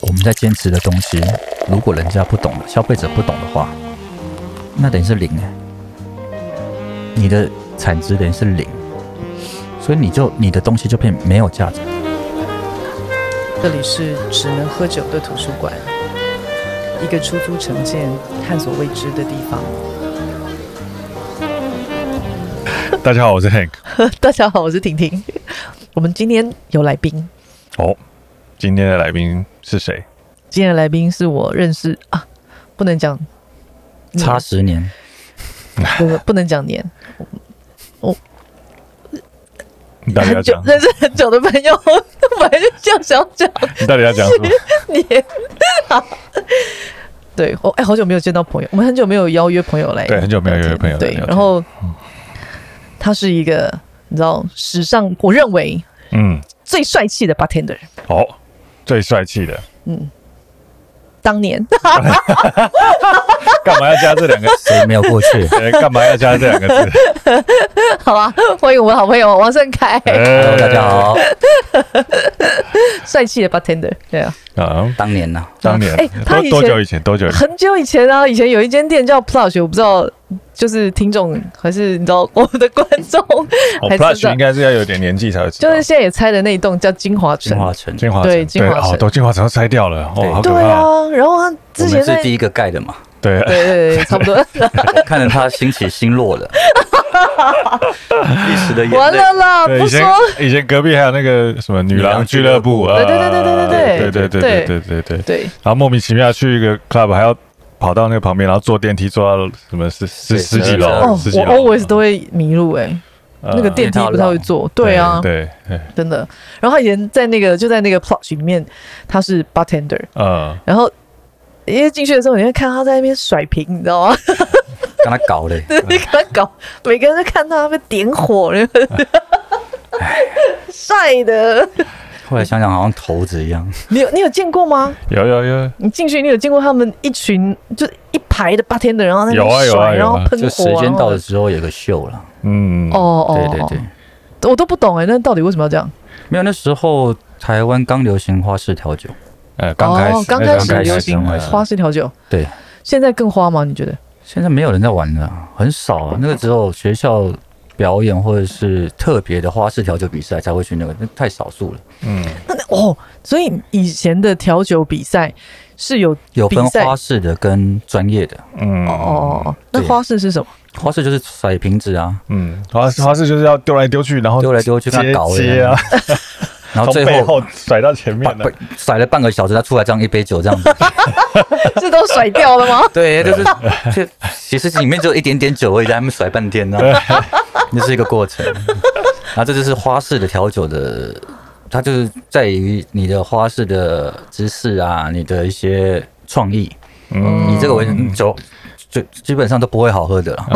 我们在坚持的东西，如果人家不懂，消费者不懂的话，那等于是零哎、你的产值等于是零，所以你就你的东西就变没有价值。这里是只能喝酒的图书馆，一个出租城建探索未知的地方。大家好，我是 Hank。 大家好，我是婷婷。 我们今天有来宾，哦，今天的来宾是谁？今天的来宾是我认识啊，不能讲，嗯差十年，不不不能讲 年，你到底要很 久讲？认识很久的朋友， 本来就这样想讲你到底要讲 什么？年。对，我、哎，好久没有见到朋友，我们很久没有邀约朋友来聊对，天，很久没有约朋友了对了，解然后他是一个你知道史上我认为嗯，最帅气的 bartender，哦，最帅气的，当年干嘛要加这 两个字？？谁没有过去哎干嘛要加这两个字？ 好吧，欢迎我们好朋友王胜凯，哎 Hello，大家好，帅气的 bartender，对啊，啊，当年呐、当年哎他以多多前久以前？多久以前？很久以前啊，以前有一间店叫 Plush，我不知道就是听众还是你知道我们的观众哦还知道，Plush 应该是要有点年纪才会知就道。是现在也拆的那一栋叫金华金城，华城，金华对城金华城哦，都金华城都拆掉了，对哦，好可对怕。啊，然后他我之前们哦在是第一个盖的嘛，对， 对对对，差 不多。我看着它兴起兴落了，一时的眼完泪。了啦，对，不以前说。以前隔壁还有那个什么女女郎郎俱俱乐乐部部啊，对对对对对对对对对。对，然后莫名其妙去一个 club，还要跑到那个旁边，然后坐电梯坐到什么十十对十几12楼，哦，我啊十几楼。 always 都会迷路哎、呃那个电梯不太会坐。对啊，对，对真的。然后他以前在那个就在那个 plot 里面，他是 bartender，嗯，然后因为进去的时候，你会看他在那边甩瓶，你知道吗？跟他搞嘞，你给嗯他 搞，每个人都看到他被点火， 然后帅的。后来想想好像头子一样，你有你有见过吗？有有有，你进去你有见过他们一群就是一排的 bartender，然后在那有啊边有啊甩，有然啊后喷火，就时间到的然后时候有个秀了。嗯，哦哦，对对对，对，我都不懂哎、那到底为什么要这样？没有那时候台湾刚流行花式调酒，呃，刚开哦始，嗯刚开那时候始刚流行刚开始花式调酒，对，现在更花吗？你觉得？现在没有人在玩了啊，很少哦啊，那个只有学校表演或者是特别的花式调酒比赛才会去那个，那太少数了。嗯，那那哦，所以以前的调酒比赛是有有分比赛花式的跟专业的，嗯，哦哦哦，那对花式是什么？花式就是甩瓶子啊，嗯，花花式就是要丢来丢去，然后丢来丢去跟他接搞接啊了，，然后从最背后后甩到前面啊半的，甩了半个小时，他出来这样一杯酒这样子， 这都甩掉 了吗？对，就是就其实里面只有一点点酒而已，在他们甩半天呢、啊 那是一个过程。然后这就是花式的调酒的，它就是在于你的花式的知识啊，你的一些创意，嗯你这个为酒就基本上都不会好 喝的啦，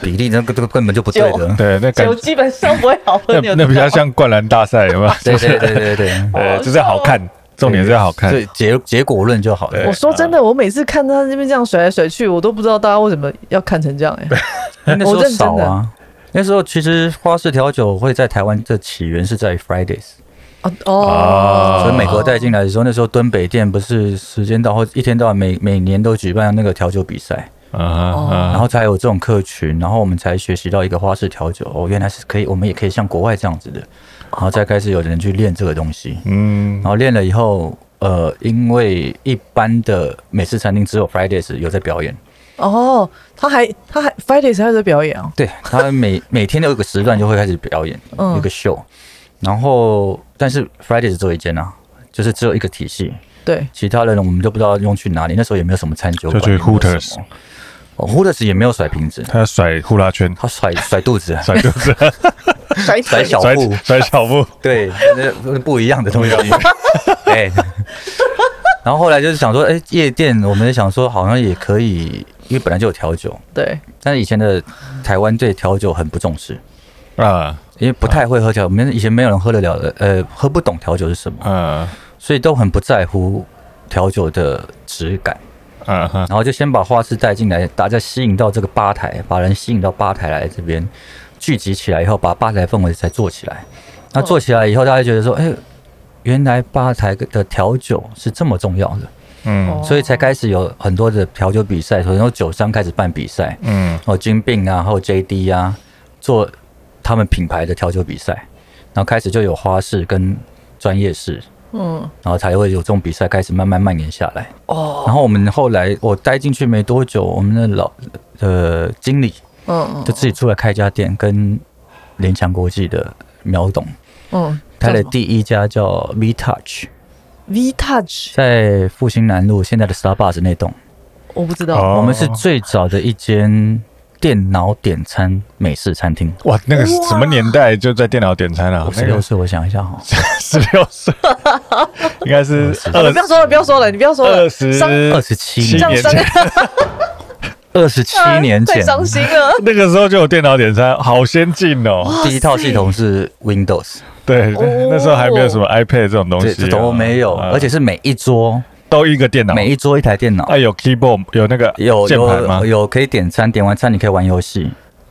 比例那个这个根本就不对的。对，那感酒基本上不会好喝，你那有那比知道吗较像灌篮大赛，有没有？对对对对对，呃，就是要好看，重点是要好 看所，以结结果论就好了对。我说真的，我每次看他那边这样甩来甩去，我都不知道大家为什么要看成这样哎、那时我候认真少的啊，那时候其实花式调酒会在台湾的起源是在于 Fridays。哦哦啊，所以美国带进来的时候，那时候敦北店不是时间到后一天到晚每每年都举办那个调酒比赛，嗯然哦嗯，后才有这种客群，然后我们才学习到一个花式调酒哦，原来是可以，我们也可以像国外这样子的，然后再开始有人去练这个东西，嗯然后练了以后，呃，因为一般的美式餐厅只有 Fridays 有在表演，哦，他还他还 Fridays 还有在表演啊，对他每每天都有个时段就会开始表演，嗯有个秀，然后但是 Fridays 只有一间啊，就是只有一个体系，对，其他人我们就不知道用去哪里。那时候也没有什么餐酒馆，就去也没有 Hooters 什么哦，Hooters 也没有甩瓶子，他要甩呼啦圈，，他甩甩肚子啊 甩肚子，甩甩小甩腹，甩小腹，对，那那不一样的东西。 哎，然后后来就是想说，哎，夜店我们也想说好像也可以，因为本来就有调酒，对，但是以前的台湾对调酒很不重视。啊因为不太会喝调，我们以前没有人喝得了的，呃，喝不懂调酒是什么，啊所以都很不在乎调酒的质感。啊哈，然后就先把花式带进来，大家吸引到这个吧台，把人吸引到吧台来这边聚集起来以后，把吧台氛围才做起来。那做起来以后，大家觉得说，哎、原来吧台的调酒是这么重要的，嗯哦所以才开始有很多的调酒比赛，然后酒商开始办比赛，嗯哦，金并啊，还有 JD 啊，做他们品牌的调酒比赛，然后开始就有花式跟专业式，嗯，然后才会有这种比赛开始慢慢蔓延下来。哦，然后我们后来我待进去没多久，我们的老呃经理嗯就自己出来开一家店，跟联强国际的苗董嗯，开叫了什么第一家叫 V Touch， V Touch，在复兴南路现在的 Starbucks 那栋，哦我不知道，哦我们是最早的一间电脑点餐美式餐厅。哇，那个什么年代就在电脑点餐啊？十那六个岁，我想一下哈，十六岁，应该是好了，二不要说哎了，不要说了，你不要说了，二十伤二十七年，七这样年伤前，二十七年 太前，伤心了。那个时候就有电脑点餐，好先进哦。第一套系统是 Windows，对，哦那时候还没有什么 iPad 这种东对，西啊，这都没有，啊而且是每一桌都一个电脑。每一桌一台电脑啊，，有 keyboard 有那个有键盘吗有？有可以点餐，点完餐你可以玩游戏，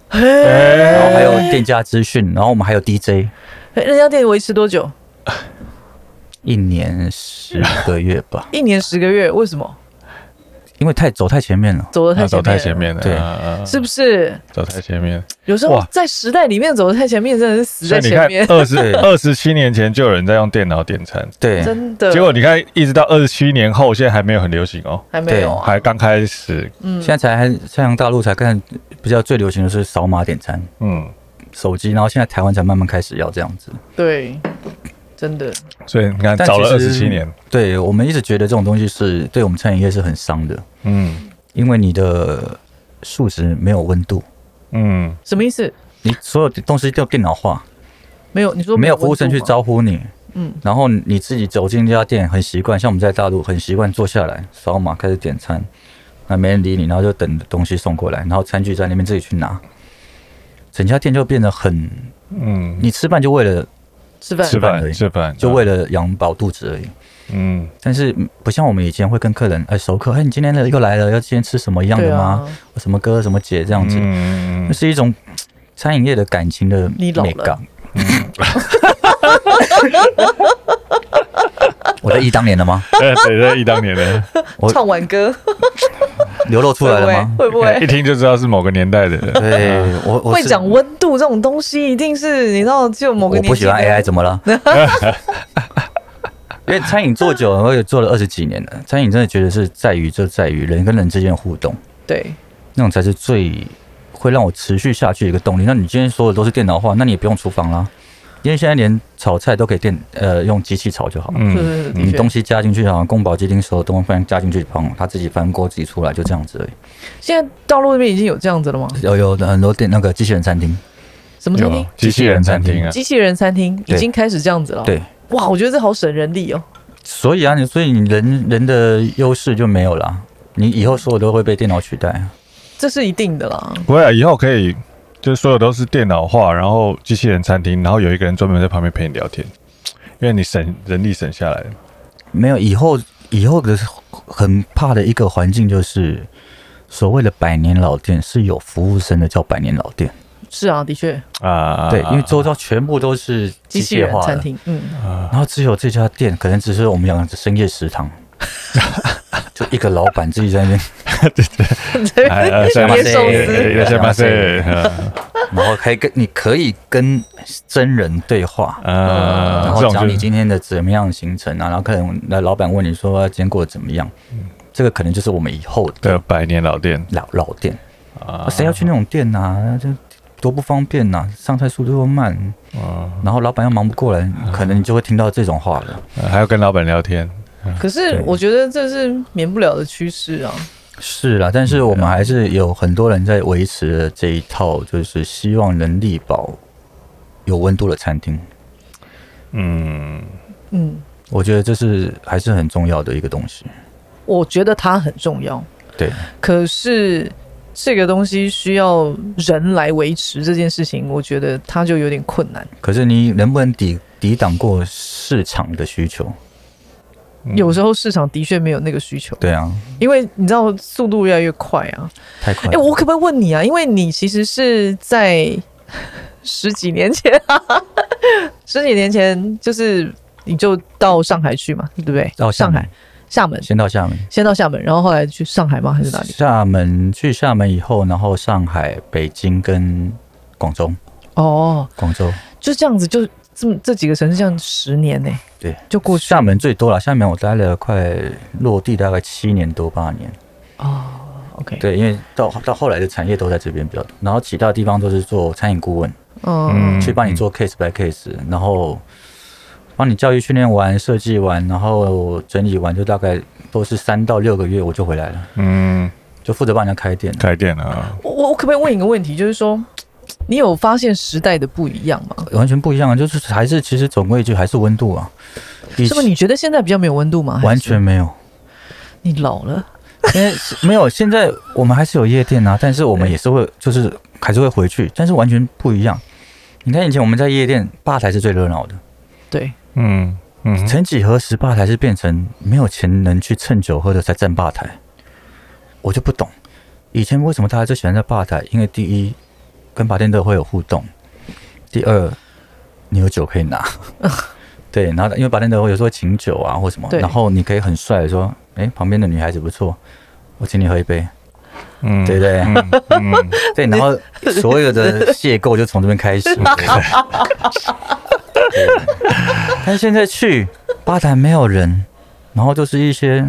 哎然后还有店家资讯，然后我们还有 DJ，哎那家店维持多久？一年十个月 吧，一年十个月？为什么？因为太走太前面了。走的太那前啊面，走太前，面了，对啊啊啊是不是？走太前面。有时候哇在时代里面走的太前面，真的是死所在以你前看面，，二十对二十七年前就有人在用电脑点餐，对，真的。结果你看，一直到二十七年后，现在还没有很流行哦，还没有啊，还刚开始。现在才还像大陆才看比较最流行的是扫码点餐，嗯，手机，然后现在台湾才慢慢开始要这样子。对，真的，所以你看，但早了二其实十七年。对我们一直觉得这种东西是对我们餐饮业是很伤的，嗯因为你的数值没有温度，嗯，什么意思？你所有东西都电脑化，没有，你说没有温度服务生去吗，招呼你。嗯，然后你自己走进这家店很习惯，像我们在大陆很习惯坐下来扫码开始点餐，那没人理你，然后就等东西送过来，然后餐具在那边自己去拿，整家店就变得很，嗯，你吃饭就为了吃饭吃而已饭吃饭，就为了养饱肚子而已。嗯但是嗯不像我们以前会跟客人，哎，熟客，哎，你今天又来了，要今天吃什么一样对的吗？啊，什么哥什么姐这样子，嗯那嗯是一种嗯餐饮业的感情的你老了美感。嗯 我在忆当年了吗？嗯，对，这一当年的，我唱完歌流露出来了吗？会不会？一会不会听就知道是某个年代的人。对我，我会是讲温度这种东西，一定是你知道，就某个我年不喜欢纪的 AI 怎么了？ 因为餐饮做久了，我也做了二十几年了。餐饮真的觉得是在于就在于人跟人之间的互动，对，那种才是最会让我持续下去的一个动力。那你今天说的都是电脑化，那你也不用厨房啦，因为现在连炒菜都可以电呃用机器炒就好了。是嗯，是是，你的确东西加进去，好像宫保鸡丁所有东西加进去，放它自己翻锅自己出来，就这样子而已。现在道路那边已经有这样子了吗？有有很多店那个机器人餐厅，什么餐有厅？机器人餐厅啊，机器人餐厅已对经开始这样子了。对，哇，我觉得这好省人力哦。所以啊，你所以你人人的优势就没有啦。你以后所有都会被电脑取代啊。这是一定的啦，不会啊，以后可以。就是所有都是电脑化，然后机器人餐厅，然后有一个人专门在旁边陪你聊天，因为你省人力省下来了。没有，以后以后的很怕的一个环境就是，所谓的百年老店是有服务生的，叫百年老店。是啊，的确，啊，对，因为周遭全部都是机机器械人化餐的，厅，嗯，然后只有这家店可能只是我们养的深夜食 堂，就一个老板自己在那边，对， 哎连哎哎寿哎哎司，哎いらっしゃいませ。然后可以跟你可以跟真人对话。呃啊，然这后种讲你就是今天的怎么样的行程啊，然后可能那老板问你说今天过得怎么样，这个可能就是我们以后的的百年老店老老店，啊啊谁要去那种店呐、啊？这多不方便呐、上菜速度又慢，啊，然后老板又忙不过来，可能你就会听到这种话了。呃还要跟老板聊天，可是对我觉得这是免不了的趋势啊。是嗯啦，但是啊我们还是有很多人在维持了这一套，就是希望能力保有温度的餐厅。嗯，嗯，我觉得这是还是很重要的一个东西。我觉得它很重要，对，可是这个东西需要人来维持这件事情，我觉得它就有点困难。可是你能不能抵抵挡过市场的需求？嗯有时候市场的确没有那个需求，对啊，因为你知道速度越来越快啊。太快哎、了。我可不可以问你啊？因为你其实是 在十几年前、啊，十几年前就是你就到上海去嘛，对不对？到厦上门海、厦门，先到厦门，先到厦门，然后后来去上海吗？还是哪里？厦门去厦门以后，然后上海、北京跟广州，哦，广州就这样子，就这么这几个城市，这样十年呢、对。就过去厦门最多了，厦门我待了快落地大概七年多八年，哦。OK，，对，因为到到后来的产业都在这边比较多，然后其他地方都是做餐饮顾问，嗯，去帮你做 case by case，然后帮你教育训练完、设计完，然后整理完，就大概都是三到六个月我就回来了，嗯，就负责帮人家开店。开店啊，我我我可不可以问一个问题？就是说，你有发现时代的不一样吗？完全不一样啊，就是还是其实总归一句还是温度啊，以是不是你觉得现在比较没有温度吗？还是完全没有，你老了，因为是没有现在我们还是有夜店啊，但是我们也是会就是还是会回去，但是完全不一样。你看以前我们在夜店吧台是最热闹的，对，嗯嗯，曾几何时吧台是变成没有钱人去蹭酒喝的才站吧台，我就不懂，以前为什么大家就喜欢在吧台？因为第一，跟吧 bartender 会有互动；第二，你有酒可以 拿。对，然后因为 bartender 会有时候会请酒啊或什么，对然后你可以很帅的说：“哎、旁边的女孩子不错，我请你喝一杯。”嗯对不对？嗯嗯，对，然后所有的邂逅就从这边开始。对但现在去吧台没有人，然后就是一些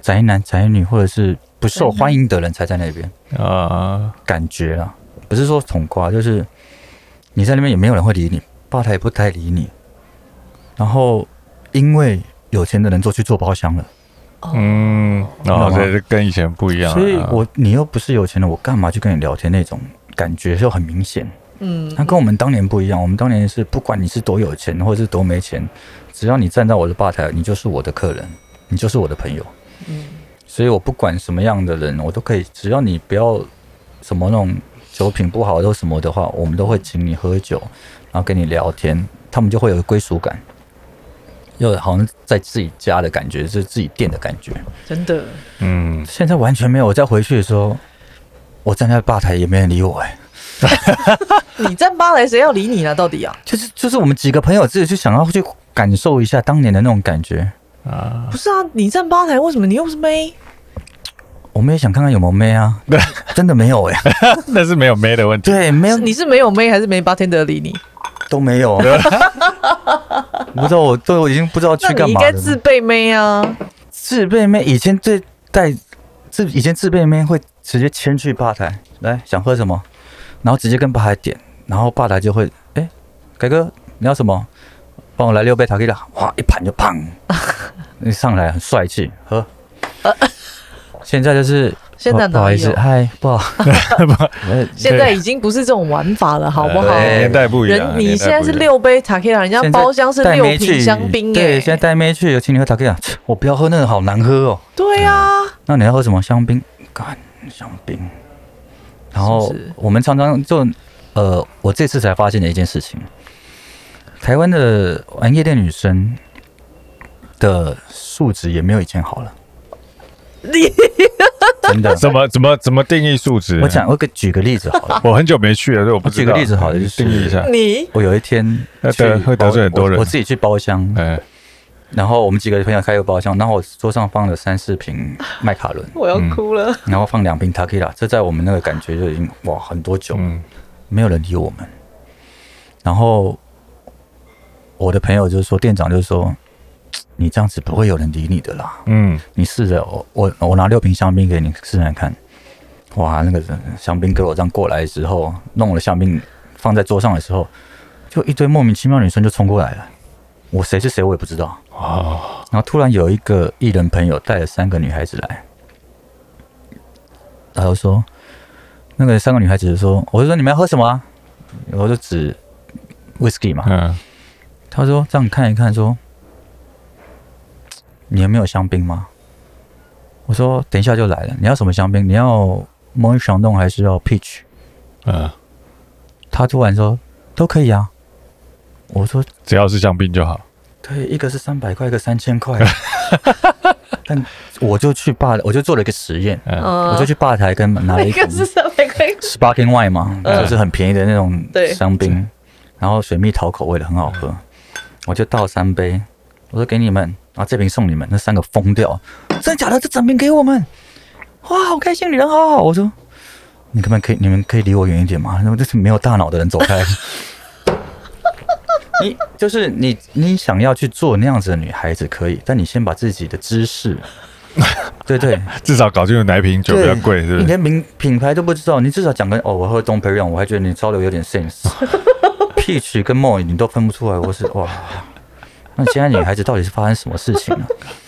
宅男宅女或者是不受欢迎的人才在那边，啊，感觉啊，不是说捅瓜，就是你在那边也没有人会理你，吧台也不太理你，然后因为有钱的人都去做包厢了，哦嗯，然后这跟以前不一样啊，所以我你又不是有钱人，我干嘛去跟你聊天那种感觉就很明显。嗯，那跟我们当年不一样，我们当年是不管你是多有钱或者是多没钱，只要你站在我的吧台，你就是我的客人，你就是我的朋友。嗯所以我不管什么样的人，我都可以，只要你不要什么那种酒品不好或什么的话，我们都会请你喝酒，然后跟你聊天，他们就会有归属感，又好像在自己家的感觉，是自己店的感觉。真的，嗯，现在完全没有，我再回去的时候，我站在吧台也没人理我、哎。你在巴黎谁要理你呢？到底啊？就是就是我们几个朋友自己去想要去感受一下当年的那种感觉。啊，不是啊，你站吧台，为什么你又不是妹？我们也想看看有没有妹啊，真的没有哎、但是没有妹的问题，对，没有，你是没有妹还是没 bartender 理你？都没有，不知道我都已经不知道去那干你应嘛该了。自备妹啊！自备妹以前最带自以前自备妹会直接牵去吧台，来想喝什么，然后直接跟吧台点，然后吧台就会哎、改哥你要什么？帮我来六杯塔 q 拉，哇一盘就砰，你上来很帅气，喝。现在就是现在不不好哪意有思，？嗨，不 好，呃现在已经不是这种玩法了，好不好？哎对呃年代不一啊样，啊人你年代现在是不一样，六杯塔 K 拉，人家现在包厢是带六妹瓶去香槟哎、对，现在带妹去，有请你喝塔 q 拉，切我不要喝那个，好难喝哦。对啊，那你要喝什么香槟？干香槟。然后是不是我们常常就，呃，我这次才发现的一件事情，台湾的玩夜店女生的素质也没有以前 好了，你真的。怎么怎么怎么定义数值？我讲，我给举个例子好了。我很久没去了，所以我不我知举道。个例子好了，就是定义一下。你我有一天 那去得会得包罪很多我人我自己去包厢，哎，然后我们几个朋友开个包厢，然后我桌上放了三四瓶麦卡伦，我要哭了，然后放两瓶 t a k i l a 这在我们那个感觉就已经哇很多酒了。嗯没有人理我们。然后我的朋友就说，店长就说，嘖你这样子不会有人理你的啦，嗯，你试着我我我拿六瓶香槟给你试试看。哇，那个香槟给我这样过来之后，弄我的香槟放在桌上的时候，就一堆莫名其妙的女生就冲过来了。我谁是谁我也不知道。哦，然后突然有一个艺人朋友带了三个女孩子来，然后说，那个三个女孩子就说，我就说你们要喝什么、啊？我就指 whisky 嘛。嗯他说这样看一看说，你们没有香槟吗？我说等一下就来了，你要什么香槟？你要 m o n s h a n d o n 还是要 peach？嗯，他突然说都可以啊。我说只要是香槟就好。对，一个是三百块，一个三千块。 但我就去吧，我就做了一个实验，嗯嗯我就去吧台跟拿了一那 瓶个是三百块， sparkling wine 嘛，就是很便宜的那种对香槟，然后水蜜桃口味的很好喝。我就倒三杯，我说给你们，然后这瓶送你们，那三个疯掉，真的假的？这整瓶给我们，哇，好开心，你人好好。我说，你可不可以，你们可以离我远一点吗？那这是没有大脑的人走开。你就是你，你想要去做那样子的女孩子可以，但你先把自己的知识，对对，至少搞清楚哪一瓶酒比较贵，是你不是？连名品牌都不知道，你至少讲个哦，我喝东培让，我还觉得你交流有点 sense。Peach 跟 Moy 你都分不出来，我是哇，那现在女孩子到底是发生什么事情了、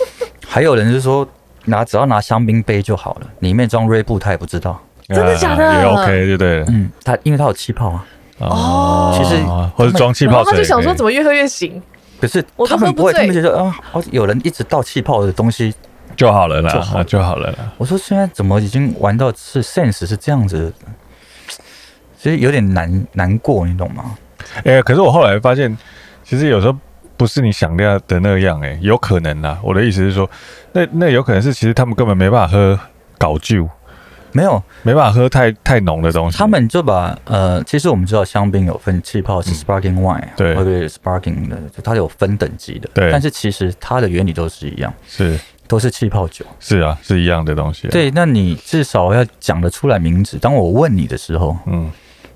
还有人就说拿只要拿香槟杯就好了，里面装锐步他也不知道，真的假的啊也 OK 就对了。嗯，他因为他有气泡啊，哦其实或者装气然泡后水他也可以，就想嗯说怎么越喝越醒，可是我都他们喝不不会，醉他们觉得啊，哦有人一直倒气泡的东西，就好了啦，就好啊就好了啦。我说现在怎么已经玩到是 sense 是这样子的，其实有点难难过，你懂吗？哎、可是我后来发现，其实有时候不是你想的的那样、哎，有可能啦。我的意思是说，那那有可能是其实他们根本没办法喝搞酒，没有，没办法喝太太浓的东西。他们就把呃，其实我们知道香槟有分气泡是 sparkling wine，、嗯对或者 sparkling 的，就它有分等级的。对但是其实它的原理都是一样，是都是气泡酒。是啊，是一样的东西、啊。，对，那你至少要讲得出来名字。当我问你的时候，嗯，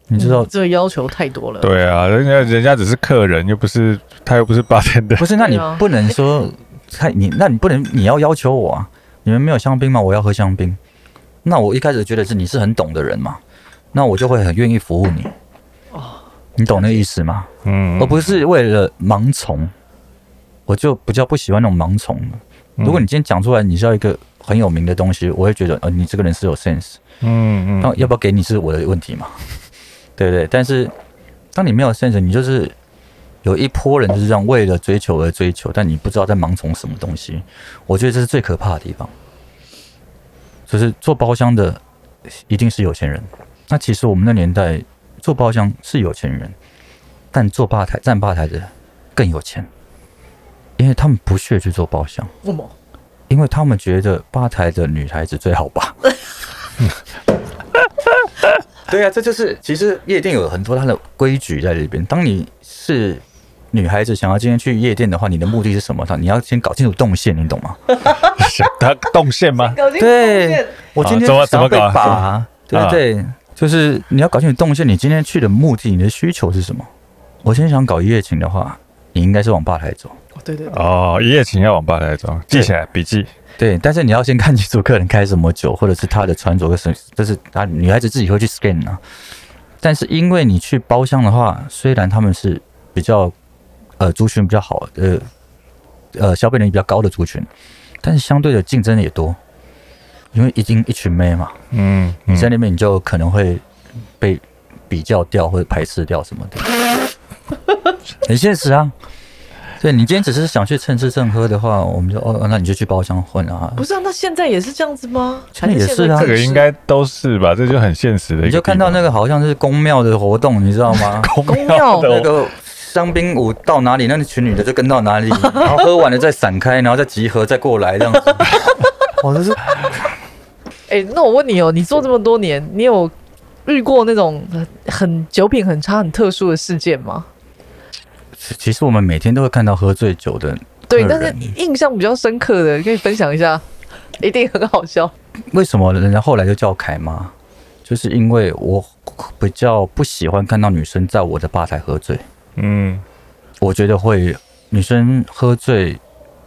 你知道、这个要求太多了。对啊，人家人家只是客人，又不是他又不是八天的。不是？那你对啊不能说看你，那你不能你要要求我啊！你们没有香槟吗？我要喝香槟。那我一开始觉得是你是很懂的人嘛，那我就会很愿意服务你。哦你懂那个意思吗？嗯而不是为了盲从，我就比较不喜欢那种盲从的。嗯如果你今天讲出来你是要一个很有名的东西，我会觉得呃你这个人是有 sense，嗯那要不要给你是我的问题嘛， 对不对？但是当你没有 sense，你就是有一波人就是这样为了追求而追求，但你不知道在盲从什么东西，我觉得这是最可怕的地方。就是做包厢的一定是有钱人，那其实我们那年代做包厢是有钱人，但做吧台站吧台的更有钱，因为他们不屑去做包厢。为什么？因为他们觉得吧台的女孩子最好吧。 对啊，这就是其实夜店有很多它的规矩在里边。当你是女孩子想要今天去夜店的话，你的目的是什么？你要先搞清楚动线，你懂吗？ 他动线吗？搞定对，我今天啊怎么想要被怎么搞啊拔，对不对？就是你要搞清楚动线，你今天去的目的，你的需求是什么？我今天想搞一夜情的话，你应该是往吧台走。对对对，哦，一夜情要往吧台走，记起来笔记。对，但是你要先看清楚客人开什么酒，或者是他的穿着跟什，就是他女孩子自己会去 scan 啊。但是因为你去包厢的话，虽然他们是比较呃族群比较好，呃呃消费能力比较高的族群，但是相对的竞争也多，因为已经一群妹嘛，嗯，你在那边你就可能会被比较掉或者排斥掉什么的，很现实啊。对你今天只是想去蹭吃蹭喝的话，我们就哦，那你就去包厢混啊，不是啊，那现在也是这样子吗？现在也是啊还这个现应在该都是吧，这就很现实的一个。你就看到那个好像是宫庙的活动，你知道 吗？公庙那个香槟舞到哪里，那群女的就跟到 哪里，然后喝完了再散开，然后再集合再过来这样子。我就是哎、那我问你哦，你做这么多年，你有遇过那种呃很酒品很差、很特殊的事件吗？ 其实我们每天都会看到喝醉酒的对，个但是人印象比较深刻的，可以分享一下，一定很好笑。为什么人家后来就叫我凯妈？就是因为我比较不喜欢看到女生在我的吧台喝醉，嗯我觉得会女生喝醉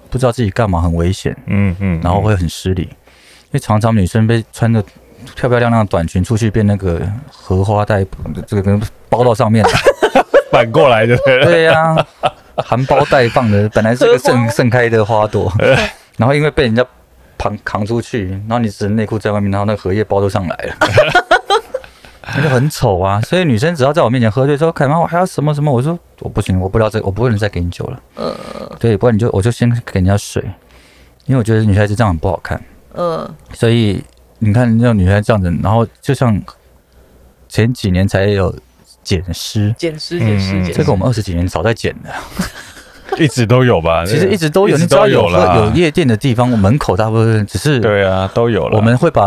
不知道自己干嘛很危险，嗯嗯，然后会很失礼，因为常常女生被穿着漂漂亮亮的短裙出去，变那个荷花带这个跟包到上面来，反过来就对了。对呀、含苞待放的，本来是个荷盛花盛开的花朵，然后因为被人家扛扛出去，然后你只能内裤在外面，然后那个荷叶包都上来了。那就很丑啊，所以女生只要在我面前喝醉，说“凯妈，我还要什么什么”，我说我不行，我不知道这，我不能再给你酒了。对，不然你就我就先给人家水，因为我觉得女孩子这样很不好看。嗯，所以你看，那种女孩这样子，然后就像前几年才有剪尸，捡尸，捡尸，嗯嗯捡这尸个我。们二十几年早在剪了， 一直都有 吧？其实一直都有，一你直只要都有有喝啦有夜店的地方，门口大部分只是对啊，都有了。我们会把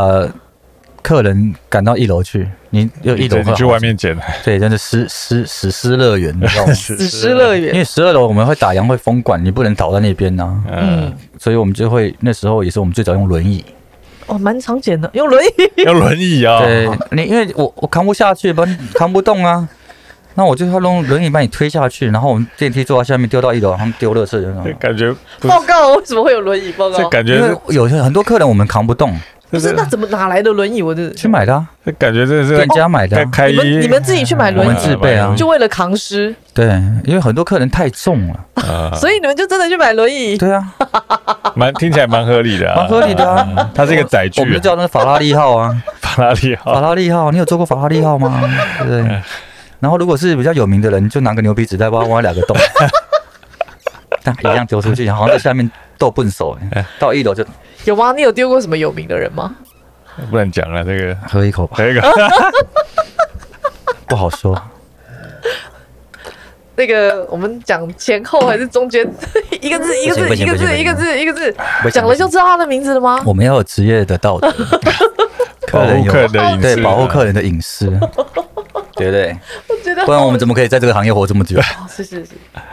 客人赶到一楼去，你又一楼你会你去好外面捡，对，真的失失史诗乐园，你知道吗？死尸乐因园，为十二楼我们会打烊，会封管，你不能倒在那边呐、啊嗯嗯，，所以我们就会那时候也是我们最早用轮椅，哦，蛮常见的，用轮椅， 要轮椅啊，对你，因为我我扛不下去，不然扛不动啊， 那我就要用轮椅把你推下去，然后我们电梯坐到下面丢到一楼，他们丢垃圾就那 这种。感觉不是报，告为什么会有轮椅？报这告，感觉因为是有些很多客人我们扛不动，不是那怎么哪来的轮椅？我的去买的、啊，这感觉真的店是家买的啊、在开你们一你们自己去买我轮们椅，自备啊就为了扛尸，对，因为很多客人太重了，啊，所以你们就真的去买轮椅。对啊，蛮听起来蛮合理的，嗯蛮合理的啊。它是一个载具我们就啊，叫那个法拉利号啊。 法拉利法号，拉利号，你有坐过法拉利号吗？对不对？然后如果是比较有名的人，就拿个牛皮纸袋挖挖两个洞， 但一样丢出去，好像在下面逗笨手，到一楼就有吗？你有丢过什么有名的人吗？不能讲了，这 个喝一口吧，这个不好说。那个我们讲前后还是中间， 一个字一个字不一行个不行字一个字一个字，不行讲了就知道他的名字了吗？ 我们要有职业的道 德，保护客人的隐私，对保护客人的隐私，对不对？我觉得不然我们怎么可以在这个行业活这么久？ 哦是是是，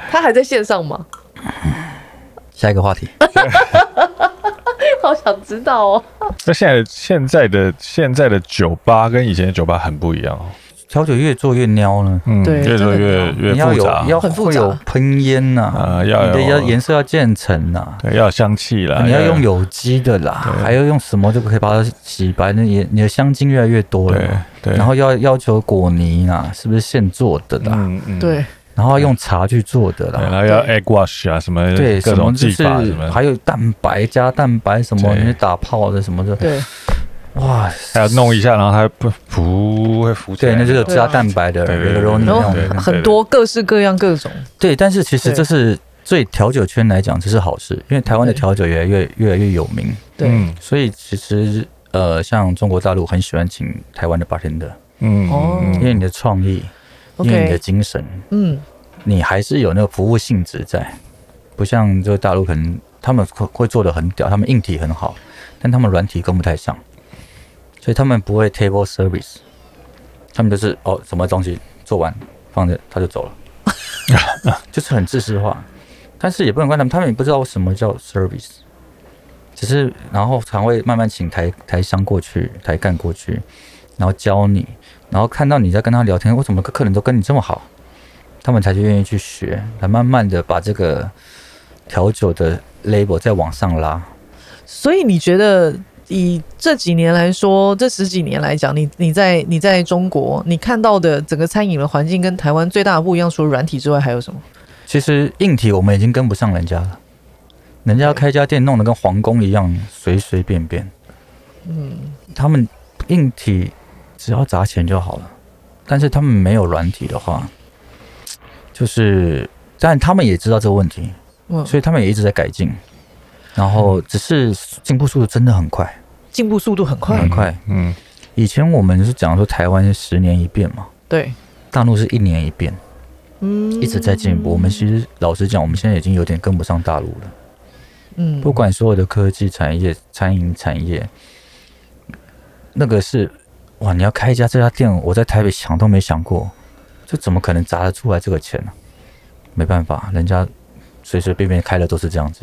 他还在线上吗？ 下一个话题，好想知道哦。那现在现在的现在的酒吧跟以前的酒吧很不一样哦，调酒越做越蔫了。嗯，对越真做的越你越要复有杂，要很复会杂有喷烟呐、啊要有你的要颜色要渐层呐、对要有香气啦，你要用有机的啦，还要用什么就可以把它洗白？那也你的香精越来越多对了，对，然后要要求果泥啦，是不是现做的啦？嗯嗯，对，然后要用茶去做的对，然啦，后要 egg wash 啊什么对，各什种么就技是法什么，还有蛋白加蛋白什么，对你去打泡的什么的，对，哇，还要弄一下，然后它不不会浮起对，来，那就是啊加蛋白的对对对 Veroni 对那然后种对的，很多各式各样各种，对，但是其实对这是。对调酒圈来讲，这是好事，因为台湾的调酒越来越越来越有名，对，嗯所以其实呃，像中国大陆很喜欢请台湾的 bartender，嗯哦因为你的创意，因为你的 OK，精神，嗯，你还是有那个服务性质在，不像就大陆可能他们会会做的很屌，他们硬体很好，但他们软体跟不太上，所以他们不会 table service，他们就是哦什么东西做完放着他就走了，就是很自私化，但是也不能怪他们，他们也不知道什么叫 service。只是，然后常会慢慢请台台商过去，台干过去，然后教你，然后看到你在跟他聊天，为什么客人都跟你这么好，他们才去愿意去学，来慢慢的把这个调酒的 label 再往上拉。所以你觉得以这几年来说，这十几年来讲，你你在你在中国，你看到的整个餐饮的环境跟台湾最大的不一样，除了软体之外，还有什么？其实硬体我们已经跟不上人家了，人家开家店弄得跟皇宫一样，随随便便。嗯，他们硬体只要砸钱就好了，但是他们没有软体的话，就是，但他们也知道这个问题，嗯，所以他们也一直在改进，然后只是进步速度真的很快，进步速度很快，很快。嗯以前我们是讲说台湾是十年一变嘛，对，大陆是一年一变，嗯，一直在进步。我们其实老实讲，我们现在已经有点跟不上大陆了。嗯，不管所有的科技产业、餐饮产业，那个是哇，你要开一家这家店，我在台北想都没想过，这怎么可能砸得出来这个钱呢、没办法，人家随随便便开的都是这样子。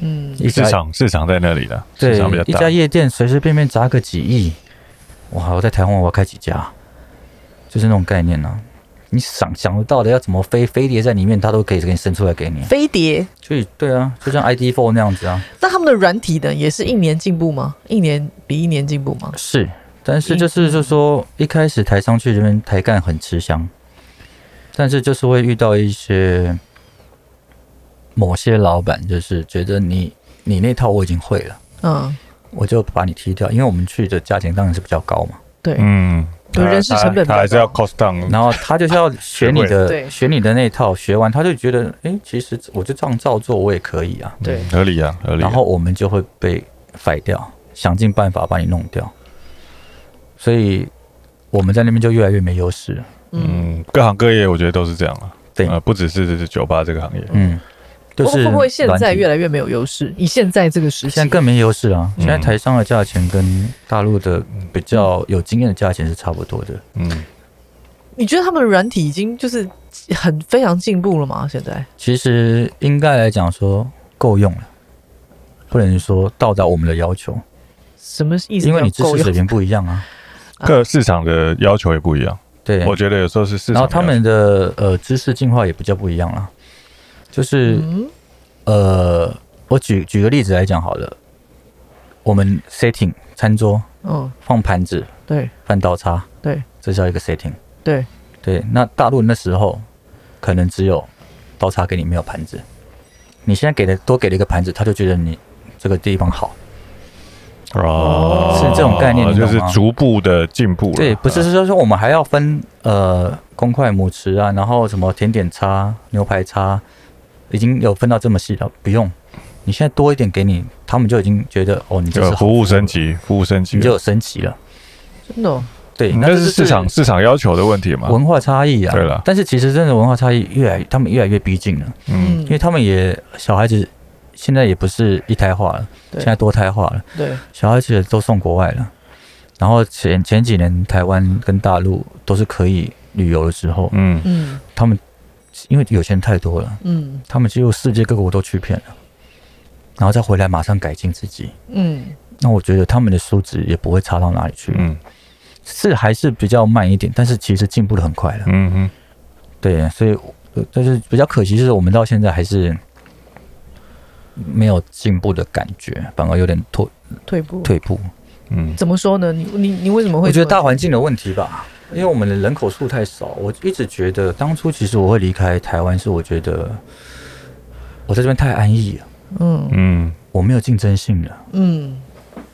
嗯，一市家场市场在那里的，市对场比较一大家，夜店随随便便砸个几亿，哇！我在台湾我要开几家，就是那种概念呢、你想想得到的要怎么飞，飞碟在里面它都可以给你生出来给你，飞碟，所以对啊，就像 ID Four 那样子啊，那他们的软体呢，也是一年进步吗？一年比一年进步吗？是，但是就是就是说一开始台商去这边台干很吃香，但是就是会遇到一些某些老板，就是觉得你你那套我已经会了，嗯，我就把你踢掉，因为我们去的价钱当然是比较高嘛。对，嗯，对它人事成本比较它它还是要 cost down，然后他就是要学你对的学你的那一套，学完他就觉得，哎、其实我就这样照做，我也可以啊。对合理啊合理啊然，后我们就会被甩掉，想尽办法把你弄掉。所以我们在那边就越来越没优势。嗯，嗯，各行各业我觉得都是这样啊，对呃，不只是酒吧这个行业，嗯，都是会不会现软在体越来越没有优势？以现在这个时期现在，更没优势啊！嗯现在台商的价钱跟大陆的比较有经验的价钱是差不多的。嗯，你觉得他们的软体已经就是很非常进步了吗？现在其实应该来讲说够用了，不能说到达我们的要求，什么意思？因为你知够识水用平不一样啊。各市场的要求也不一样。对，我觉得有时候是市然场的后要求，他们的呃知识进化也比较不一样了，就是、嗯呃，我举举个例子来讲好了，我们 setting 餐桌嗯，放盘子对放刀叉，对这叫一个 setting。对，对，那大陆那时候可能只有刀叉给你，没有盘子。你现在给的多给了一个盘子，他就觉得你这个地方好。哦是这种概念你懂就吗是逐步的进步了。对，不是啊是说说我们还要分呃公筷母匙啊，然后什么甜点叉、牛排叉，已经有分到这么细了，不用。你现在多一点给你，他们就已经觉得哦，你这就是是好服务升级，服务升级你就，有升级了。真的哦、对，那这是市场市场要求的问题嘛？文化差异啊。对了但是其实真的文化差异越来，他们越来越逼近了。嗯，因为他们也小孩子现在也不是一胎化了，对现在多胎化了，对，小孩子也都送国外了。然后前前几年台湾跟大陆都是可以旅游的时候，嗯嗯他们因为有钱人太多了，嗯他们几乎世界各国都去遍了，然后再回来马上改进自己。嗯，那我觉得他们的素质也不会差到哪里去，嗯是还是比较慢一点，但是其实进步的很快了。嗯嗯，对，所以呃但是比较可惜就是我们到现在还是没有进步的感觉，反而有点退退步。退步。嗯怎么说呢？你你你为什么会？我觉得大环境的问题吧，因为我们的人口数太少。我一直觉得当初其实我会离开台湾，是我觉得我在这边太安逸了，嗯嗯我没有竞争性了。嗯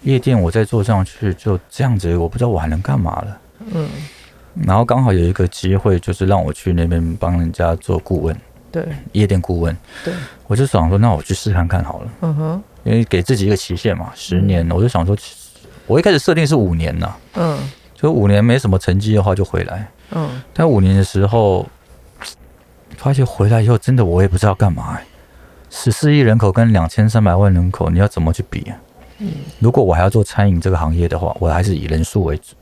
夜店我再做上去就这样子，我不知道我还能干嘛了。嗯，然后刚好有一个机会，就是让我去那边帮人家做顾问，对夜店顾问。对，我就想说，那我去试看看好了。嗯哼因为给自己一个期限嘛，十年，我就想说，我一开始设定是五年呐、嗯就五年没什么成绩的话就回来。嗯但五年的时候，发现回来以后，真的我也不知道干嘛、欸。十四亿人口跟两千三百万人口，你要怎么去比、啊？如果我还要做餐饮这个行业的话，我还是以人数为主，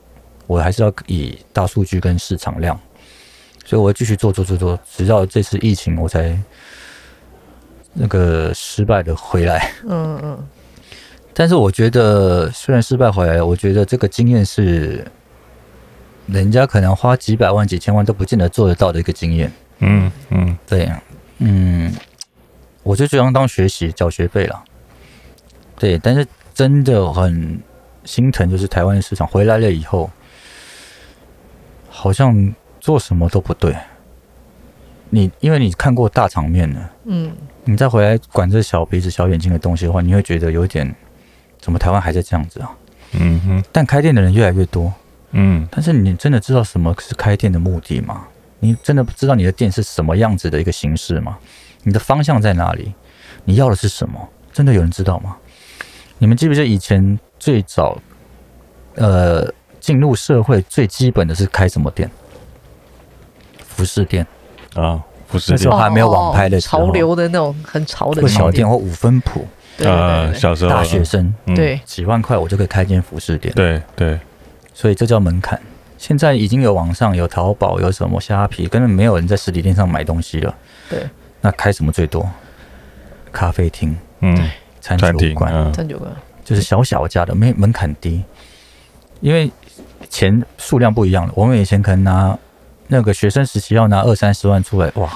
我还是要以大数据跟市场量，所以我会继续做做做做，直到这次疫情我才那个失败的回来。嗯嗯，但是我觉得，虽然失败回来了，我觉得这个经验是人家可能花几百万、几千万都不见得做得到的一个经验。嗯嗯对，嗯，我就觉得当学习缴学费了。对，但是真的很心疼，就是台湾的市场回来了以后，好像做什么都不对。你因为你看过大场面了。嗯你再回来管这小鼻子小眼睛的东西的话，你会觉得有一点，怎么台湾还在这样子啊？嗯嗯但开店的人越来越多，嗯但是你真的知道什么是开店的目的吗？你真的知道你的店是什么样子的一个形式吗？你的方向在哪里？你要的是什么？真的有人知道吗？你们记不记得以前最早，呃，进入社会最基本的是开什么店？服饰店、啊，不是那时这候还没有网拍的时候哦潮流的那种很潮的或小店店，或五分铺，对啊，对对小时候大学生。嗯对，几万块我就可以开一间服饰店，对对，所以这叫门槛。现在已经有网上有淘宝有什么虾皮，根本没有人在实体店上买东西了。对，那开什么最多？咖啡厅、嗯，餐餐酒厅馆，嗯三九个，就是小小家的，没门槛低，因为钱数量不一样了。我们以前可能拿那个学生时期要拿二三十万出来，哇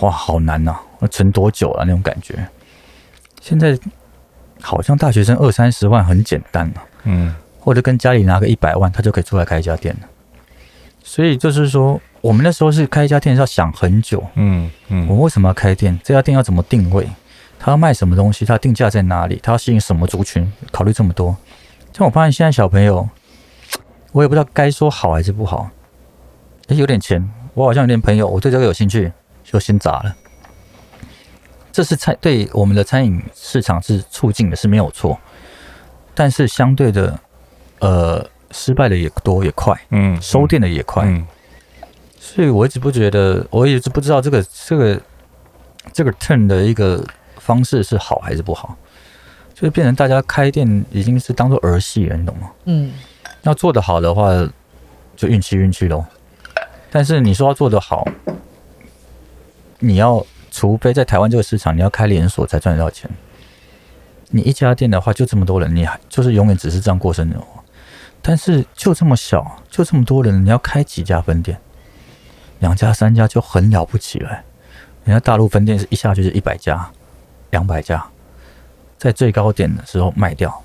哇好难呐、我存多久啊那种感觉。现在好像大学生二三十万很简单啊。嗯或者跟家里拿个一百万，他就可以出来开一家店了。所以就是说，我们那时候是开一家店是要想很久，嗯我嗯为什么要开店？这家店要怎么定位？他要卖什么东西？他定价在哪里？他要吸引什么族群？考虑这么多。像我发现现在小朋友，我也不知道该说好还是不好。诶，有点钱，我好像有点朋友，我对这个有兴趣，就先砸了。这是餐对我们的餐饮市场是促进的，是没有错。但是相对的，呃，失败的也多也快，嗯，收店的也快。嗯所以我一直不觉得，我一直不知道这个这个这个 turn 的一个方式是好还是不好，就是变成大家开店已经是当做儿戏了，你懂吗？嗯要做得好的话，就运气运气喽。但是你说要做得好，你要除非在台湾这个市场，你要开连锁才赚得到钱。你一家店的话，就这么多人，你还就是永远只是这样过生活。但是就这么小，就这么多人，你要开几家分店？两家、三家就很了不起了、人家大陆分店是一下就是一百家、两百家，在最高点的时候卖掉，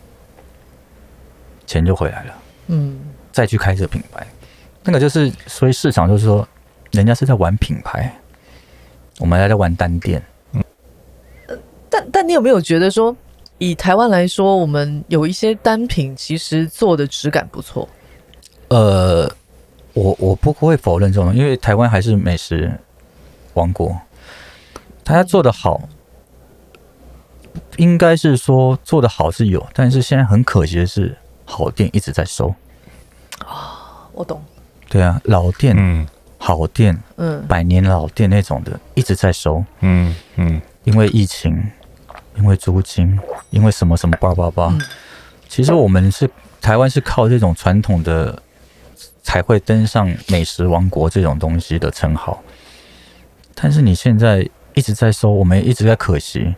钱就回来了。嗯再去开这个品牌。那个就是，所以市场就是说，人家是在玩品牌，我们还在玩单店。但但你有没有觉得说，以台湾来说，我们有一些单品其实做的质感不错，呃，我我不会否认这种，因为台湾还是美食王国，他做的好，应该是说做的好是有，但是现在很可惜的是，好店一直在收。我懂，对啊，老店、嗯好店、嗯百年老店那种的，一直在收。嗯嗯因为疫情，因为租金，因为什么什么叭叭叭嗯。其实我们是台湾是靠这种传统的才会登上美食王国这种东西的称号，但是你现在一直在收，我们也一直在可惜，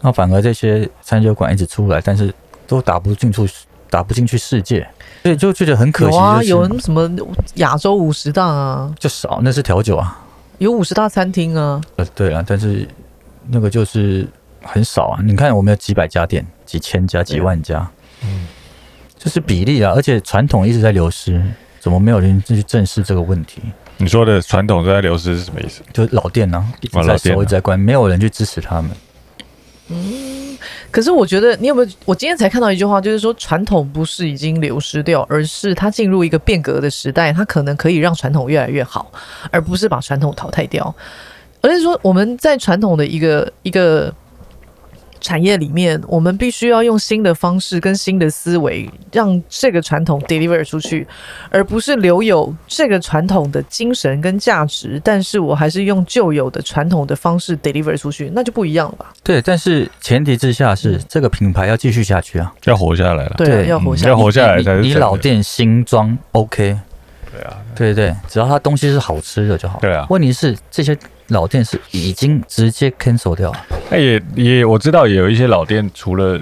那反而这些餐酒馆一直出来，但是都打不进去，打不进去世界，所以就觉得很可惜有，啊，就是有什么亚洲五十大啊，就少那是调酒啊。有五十大餐厅啊，呃，对啊，但是那个就是很少啊。你看，我们有几百家店、几千家、啊几万家，嗯，就是比例啊。而且传统一直在流失，怎么没有人去正视这个问题？你说的传统在流失是什么意思？就是老店啊，一直老在店收，啊一直在关，没有人去支持他们。可是我觉得，你有没有？我今天才看到一句话，就是说传统不是已经流失掉，而是它进入一个变革的时代，它可能可以让传统越来越好，而不是把传统淘汰掉。而是说，我们在传统的一个一个产业里面，我们必须要用新的方式跟新的思维，让这个传统 deliver 出去，而不是留有这个传统的精神跟价值，但是我还是用旧有的传统的方式 deliver 出去，那就不一样了吧？对，但是前提之下是嗯这个品牌要继续下去啊。要活下来了。对啊，对要活嗯下要来。活下来才是你你真的老店新装 OK，对啊，对对，只要它东西是好吃的就好。对啊问题是这些老店是已经直接 cancel 掉了。那哎也也我知道也有一些老店，除了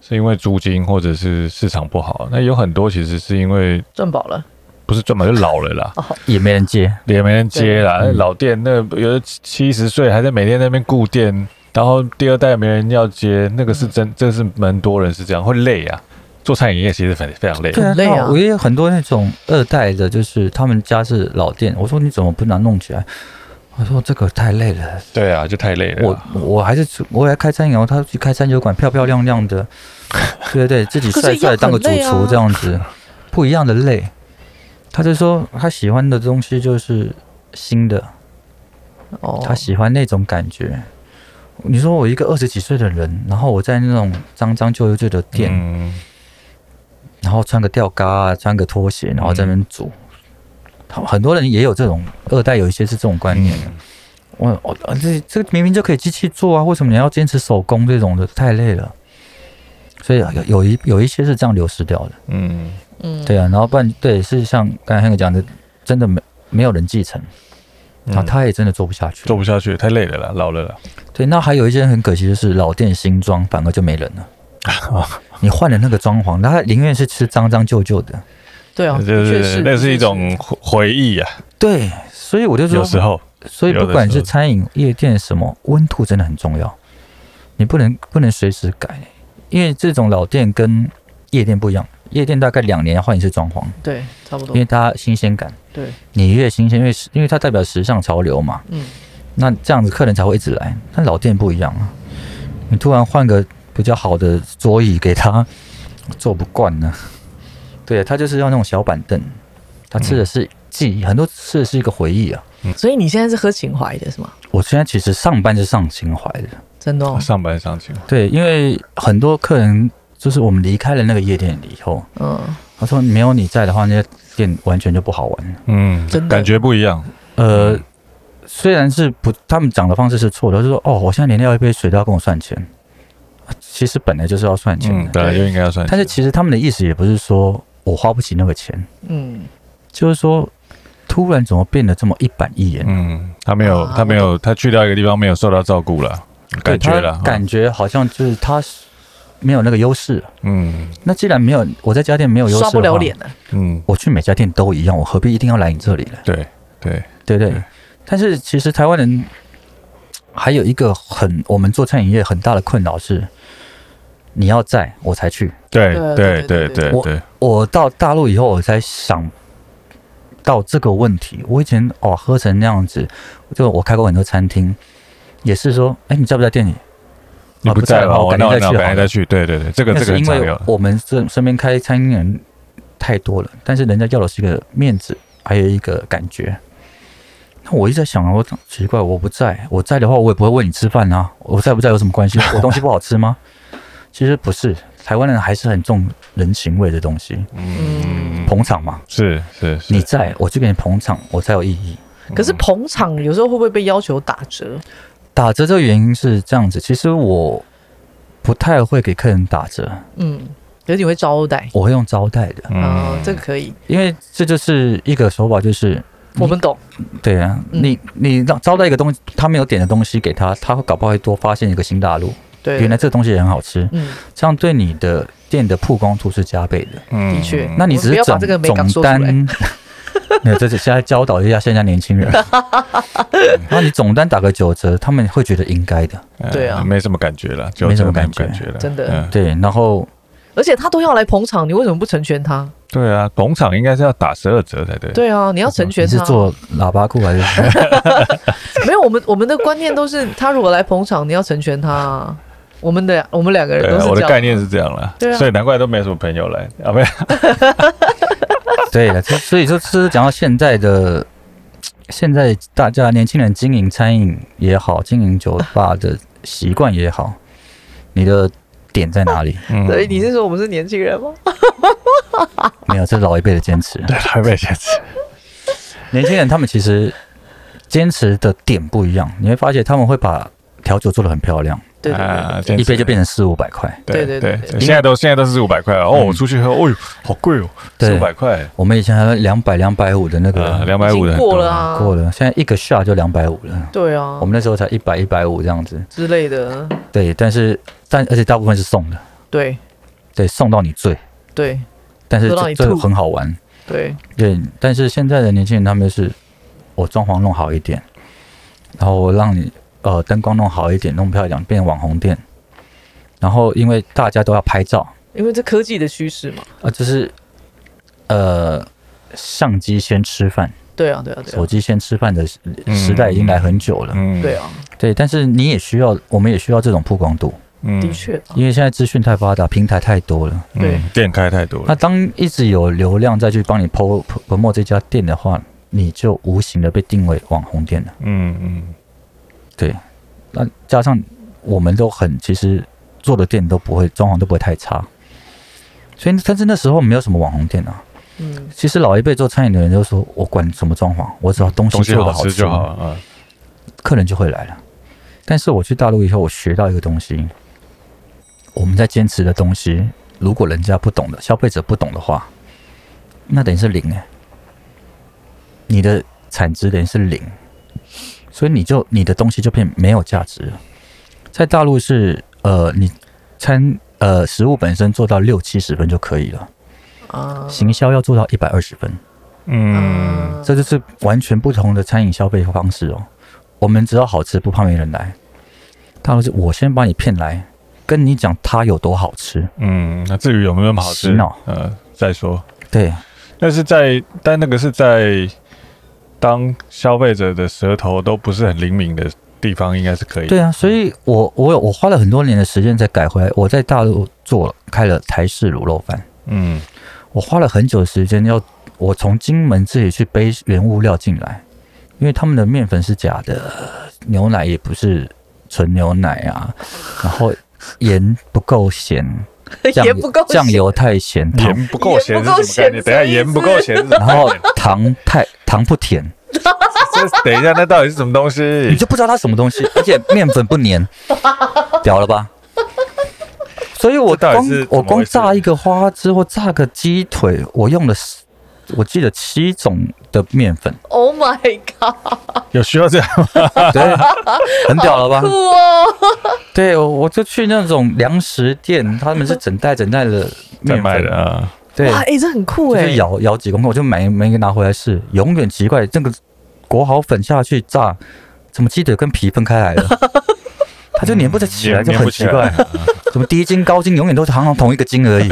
是因为租金或者是市场不好，那有很多其实是因为赚饱了。不是专门就老了 啦，也没人接，也没人接啦。对嗯老店那有的七十岁还在每天在那边顾店，然后第二代没人要接，那个是真，嗯这是蛮多人是这样，会累啊。做餐饮业其实很非常累，对啊，很累啊那我也有很多那种二代的，就是他们家是老店，我说你怎么不拿弄起来？我说这个太累了，对啊，就太累了我啊。我还是出我来开餐饮，然后他去开餐酒馆，漂漂亮亮的，对对对，自己可是帅也帅的当个很主累厨啊这样子，不一样的累。他就说他喜欢的东西就是新的，哦，他喜欢那种感觉。你说我一个二十几岁的人，然后我在那种脏脏旧旧的店，嗯，然后穿个吊嘎啊，穿个拖鞋，然后在那边煮。好很多人也有这种二代，有一些是这种观嗯念的。我我啊这这个明明就可以机器做啊，为什么你要坚持手工这种的？太累了。所以啊有有一有一些是这样流失掉的，嗯，嗯，对啊。然后不然对是像刚才那个讲的，真的没没有人继承，然后嗯他也真的做不下去。做不下去，太累了啦，老了啦。对，那还有一些很可惜的是，老店新装反而就没人了。 你换了那个装潢，他宁愿是吃脏脏旧旧的。对哦啊，就的确是是，那是一的确种回回忆啊，对，所以我就说，有时候所以不管是餐饮夜店什么，温度真的很重要，你不能不能随时改，因为这种老店跟夜店不一样，夜店大概两年换一次装潢，是对，差不多因为，它新鲜感，对，你越新鲜，因为时因为它代表时尚潮流嘛，嗯，那这样子客人才会一直来。但老店不一样啊，你突然换个比较好的桌椅给他，坐不惯呢、对他就是要那种小板凳，他吃的是记忆，很多吃的是一个回忆啊。所以你现在是喝情怀的是吗？我现在其实上班是上情怀的，真的哦，啊上班上去，对，因为很多客人就是我们离开了那个夜店以后，嗯，他说没有你在的话，那些店完全就不好玩了。嗯真的感觉不一样。呃，虽然是不，他们讲的方式是错的，就是说哦，我现在连要一杯水都要跟我算钱，啊其实本来就是要算钱嗯，的。本来就应该要算钱。但是其实他们的意思也不是说我花不起那个钱，嗯，就是说突然怎么变得这么一板一眼，嗯，他没有，啊他没有，他去到一个地方没有受到照顾了，对感觉他了，感觉好像就是他没有那个优势。嗯那既然没有我在家店没有优势，刷不了脸，了。啊嗯，我去每家店都一样，我何必一定要来你这里呢？对对，对不对对？但是其实台湾人还有一个很我们做餐饮业很大的困扰是，你要在我才去。对对对对对对对我对，我到大陆以后，我才想到这个问题。我以前哦喝成那样子，就我开过很多餐厅，也是说，哎，你在不在店里？你啊不在了，了，我我改天那我再去那好我了。改天再去，对对对，这个那这个是很因常为有，我们这身边开餐厅人太多了，但是人家要的是一个面子，还有一个感觉。那我一直在想，啊我奇怪，我不在，我在的话，我也不会问你吃饭啊，我在不在有什么关系？我东西不好吃吗？ 其实不是，台湾人还是很重人情味的东西，嗯，捧场嘛，是是是，你在我就给你捧场，我才有意义。嗯可是捧场有时候会不会被要求打折？打折这个原因是这样子，其实我不太会给客人打折，嗯，可是你会招待我会用招待的，嗯啊，这个可以，因为这就是一个手法，就是我们懂。对啊，嗯你你让招待一个东西，他没有点的东西给他，他会搞不好会多发现一个新大陆。对，原来这个东西也很好吃，嗯，这样对你的店的曝光度是加倍的。的的确那你只嗯是我们不要把总这个美感总说出来单， 没有，这是现在教导一下现在年轻人。然后你总单打个九折，他们会觉得应该的。对啊哎没什么感觉了，就没什么真的感觉觉了，真的嗯，对，然后而且他都要来捧场，你为什么不成全他？对啊，捧场应该是要打十二折才对，对啊，你要成你全是他。做喇叭裤还是？没有，我们我们的观念都是，他如果来捧场，你要成全他啊。我们的我们两个人对都啊，是我这的样。概念是这样啦对，啊所以难怪都没什么朋友来啊，没有，对了，这所以说这是讲到现在的，现在大家年轻人经营餐饮也好，经营酒吧的习惯也好，你的点在哪里？嗯所以你是说我们是年轻人吗？没有，这是老一辈的坚持。 对台北先吃，年轻人他们其实坚持的点不一样，你会发现他们会把调酒做得很漂亮，对对对啊一杯就变成四五百块。 对对对对对对，现在都现在都是五百块了哦，嗯我出去喝，哦呦，好贵哦，对四五百块，我们以前还两百、两百五的那呃，个两百哦五已的经过了，啊，过了，现在一个下就两百五了。对啊我，们那时候才一百、一百五这样子。之类的，对，但是但而且大部分是送的，对对对，送到你醉，对但是送到这你这吐很好玩。对，对，但是现在的年轻人他们就是，我装潢弄好一点，然后我让你呃灯光弄好一点，弄漂亮，变网红店。然后因为大家都要拍照，因为这科技的趋势嘛，呃，就是呃相机先吃饭，对啊对啊对手啊机先吃饭的时嗯时代已经来很久了。嗯对啊，对，但是你也需要，我们也需要这种曝光度，嗯的确啊，因为现在资讯太发达，平台太多了。对嗯店开太多那了，当一直有流量再去帮你 po p r 这家店的话，你就无形的被定位网红店了。嗯嗯，对，那加上我们都很其实做的店都不会装潢都不会太差，所以但是那时候没有什么网红店啊。嗯其实老一辈做餐饮的人就说，我管什么装潢，我只要东西东西做的好好吃吃就好了啊，客人就会来了。但是我去大陆以后，我学到一个东西，我们在坚持的东西，如果人家不懂的，消费者不懂的话，那等于是零哎、你的产值等于是零，所以你就你的东西就变没有价值了。在大陆是呃，你餐呃食物本身做到六七十分就可以了，啊，行销要做到一百二十分。嗯啊这就是完全不同的餐饮消费方式哦。我们只要好吃，不怕没人来。大陆是我先把你骗来，跟你讲它有多好吃，嗯，那至于有没有那么好洗吃，脑呃，再说，对，但是在但那个是在当消费者的舌头都不是很灵敏的地方，应该是可以，对啊。所以我我有我花了很多年的时间才改回来。我在大陆做了开了台式卤肉饭，嗯我花了很久的时间要我从金门自己去背原物料进来，因为他们的面粉是假的，牛奶也不是纯牛奶啊，然后盐不够咸， 酱盐不够酱咸油太咸，糖盐不够咸盐是什不么够概念？咸等一下盐不够咸是什么然后糖太糖不甜， 这等一下，那到底是什么东你西？就不知道它什么 东西，而且面粉不粘，屌了吧？所以我这到底光是我怎么光回事炸一个花枝或炸个鸡腿，我用了十，我记得七种的面粉， Oh my god！有需要 这样吗？ 对，很屌了吧酷？哦，对，我我就去那种粮食店，他们是整袋整袋的在面卖的粉，啊，对，哇，哎、这很酷就哎、 是舀舀几公克，我就买买一个拿回来试，永远奇怪，这个国豪粉下去炸，怎么鸡腿跟皮分开来了？ 它就粘不起来，就嗯粘很不奇起怪来。怎么低筋高筋永远都是好像同一个筋而已？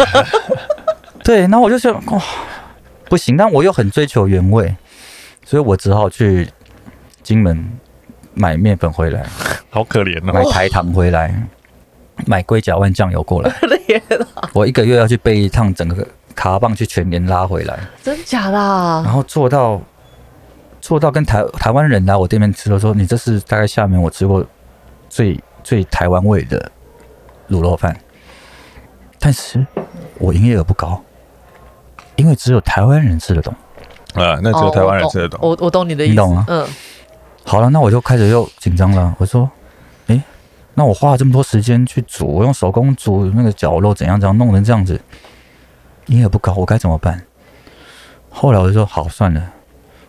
对，然后我就想，哇、不行，但我又很追求原味，所以我只好去金门买面粉回来，好可怜买哦。台糖回来，买龟甲万酱油过来。脸啊，我一个月要去背一趟整个卡棒去全年拉回来，真假的然啊？后做到做到跟台台湾人来啊我店面吃都说，你这是大概厦门我吃过最最台湾味的卤肉饭，但是我营业额不高，因为只有台湾人吃得懂。啊，那只有哦台湾人我吃得懂。我我懂你的意思，你懂吗嗯，好了，那我就开始又紧张了。我说，诶，那我花了这么多时间去煮，我用手工煮那个绞肉，怎样怎样弄成这样子，营业额不高，我该怎么办？后来我就说，好，算了，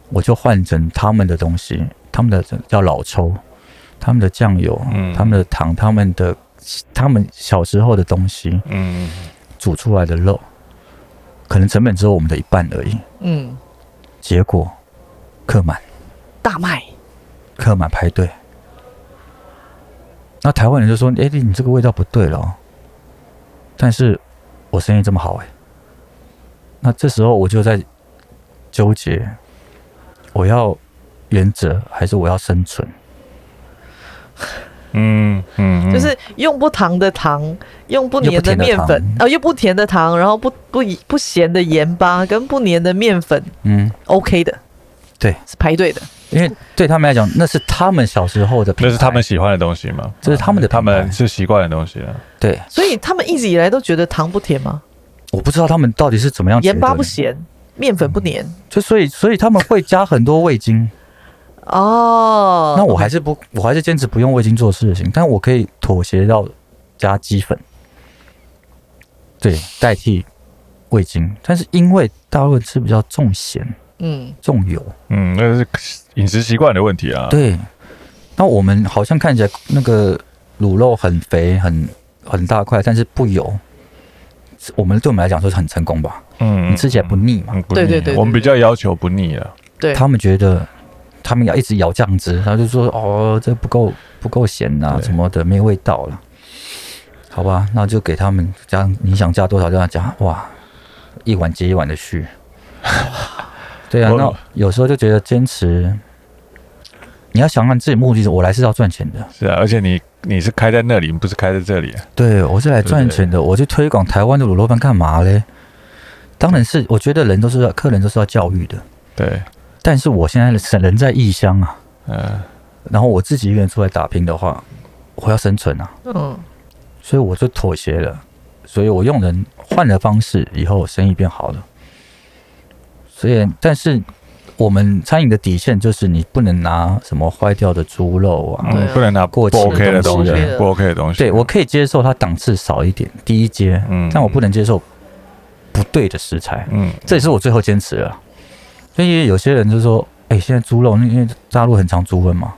我就换成他们的东西，他们的叫老抽，他们的酱油，嗯哦他们的糖，他们的他们小时候的东西嗯，煮出来的肉，可能成本只有我们的一半而已，嗯，结果客满。大卖，客满排队。那台湾人就说：“哎、你这个味道不对了、哦。”但是我生意这么好哎、那这时候我就在纠结，我要原则还是我要生存？嗯嗯，嗯就是用不糖的糖，用不粘的面又不粉甜的，糖呃，又不甜的糖，然后不不不咸的盐巴跟不粘的面粉嗯， ，OK 的，对，是排队的，因为对他们来讲，那是他们小时候的品牌，那是他们喜欢的东西嘛？这是他们的品牌他们是习惯的东西啊。对。所以他们一直以来都觉得糖不甜吗？我不知嗯道他们到底是怎么样觉得盐的巴不，咸，面粉不粘，就所以所以他们会加很多味精。哦，那我还是不，我还是坚持不用味精做事情，但我可以妥协到加鸡粉，对，代替味精。但是因为大陆人吃比较重咸、嗯，重油，嗯，那是饮食习惯的问题啊。对。那我们好像看起来那个卤肉很肥、很很大块，但是不油，我们对我们来讲说是很成功吧？嗯，嗯，你吃起来不腻嘛？嗯，不腻对对对对我们比较要求不腻啊。对，他们觉得他们要一直咬酱汁，然后就说哦，这不够不够咸呐、对什么的，没味道了。好吧，那就给他们加，你想加多少就让他加。哇，一碗接一碗的 续。对啊，我那有时候就觉得坚持，你要想想自己目的是，我来是要赚钱的。是啊，而且你你是开在那里，不是开在这里啊。对，我是来赚钱的，我去推广台湾的卤肉饭干嘛嘞？当然是，我觉得人都是要客人都是要教育的，对，但是我现在是人在异乡啊，嗯，然后我自己一个人出来打拼的话，我要生存啊，嗯，所以我就妥协了。所以我用人换了方式，以后生意变好了。所以，但是我们餐饮的底线就是你不能拿什么坏掉的猪肉啊。对嗯啊不能拿过期不 OK 的的东东西啊西，不 OK 的东西。对我可以接受它档次少一点，第一阶，嗯但我不能接受不对的食材。嗯，这也是我最后坚持了。所以有些人就说：“哎、现在猪肉，因为大陆很常猪瘟嘛，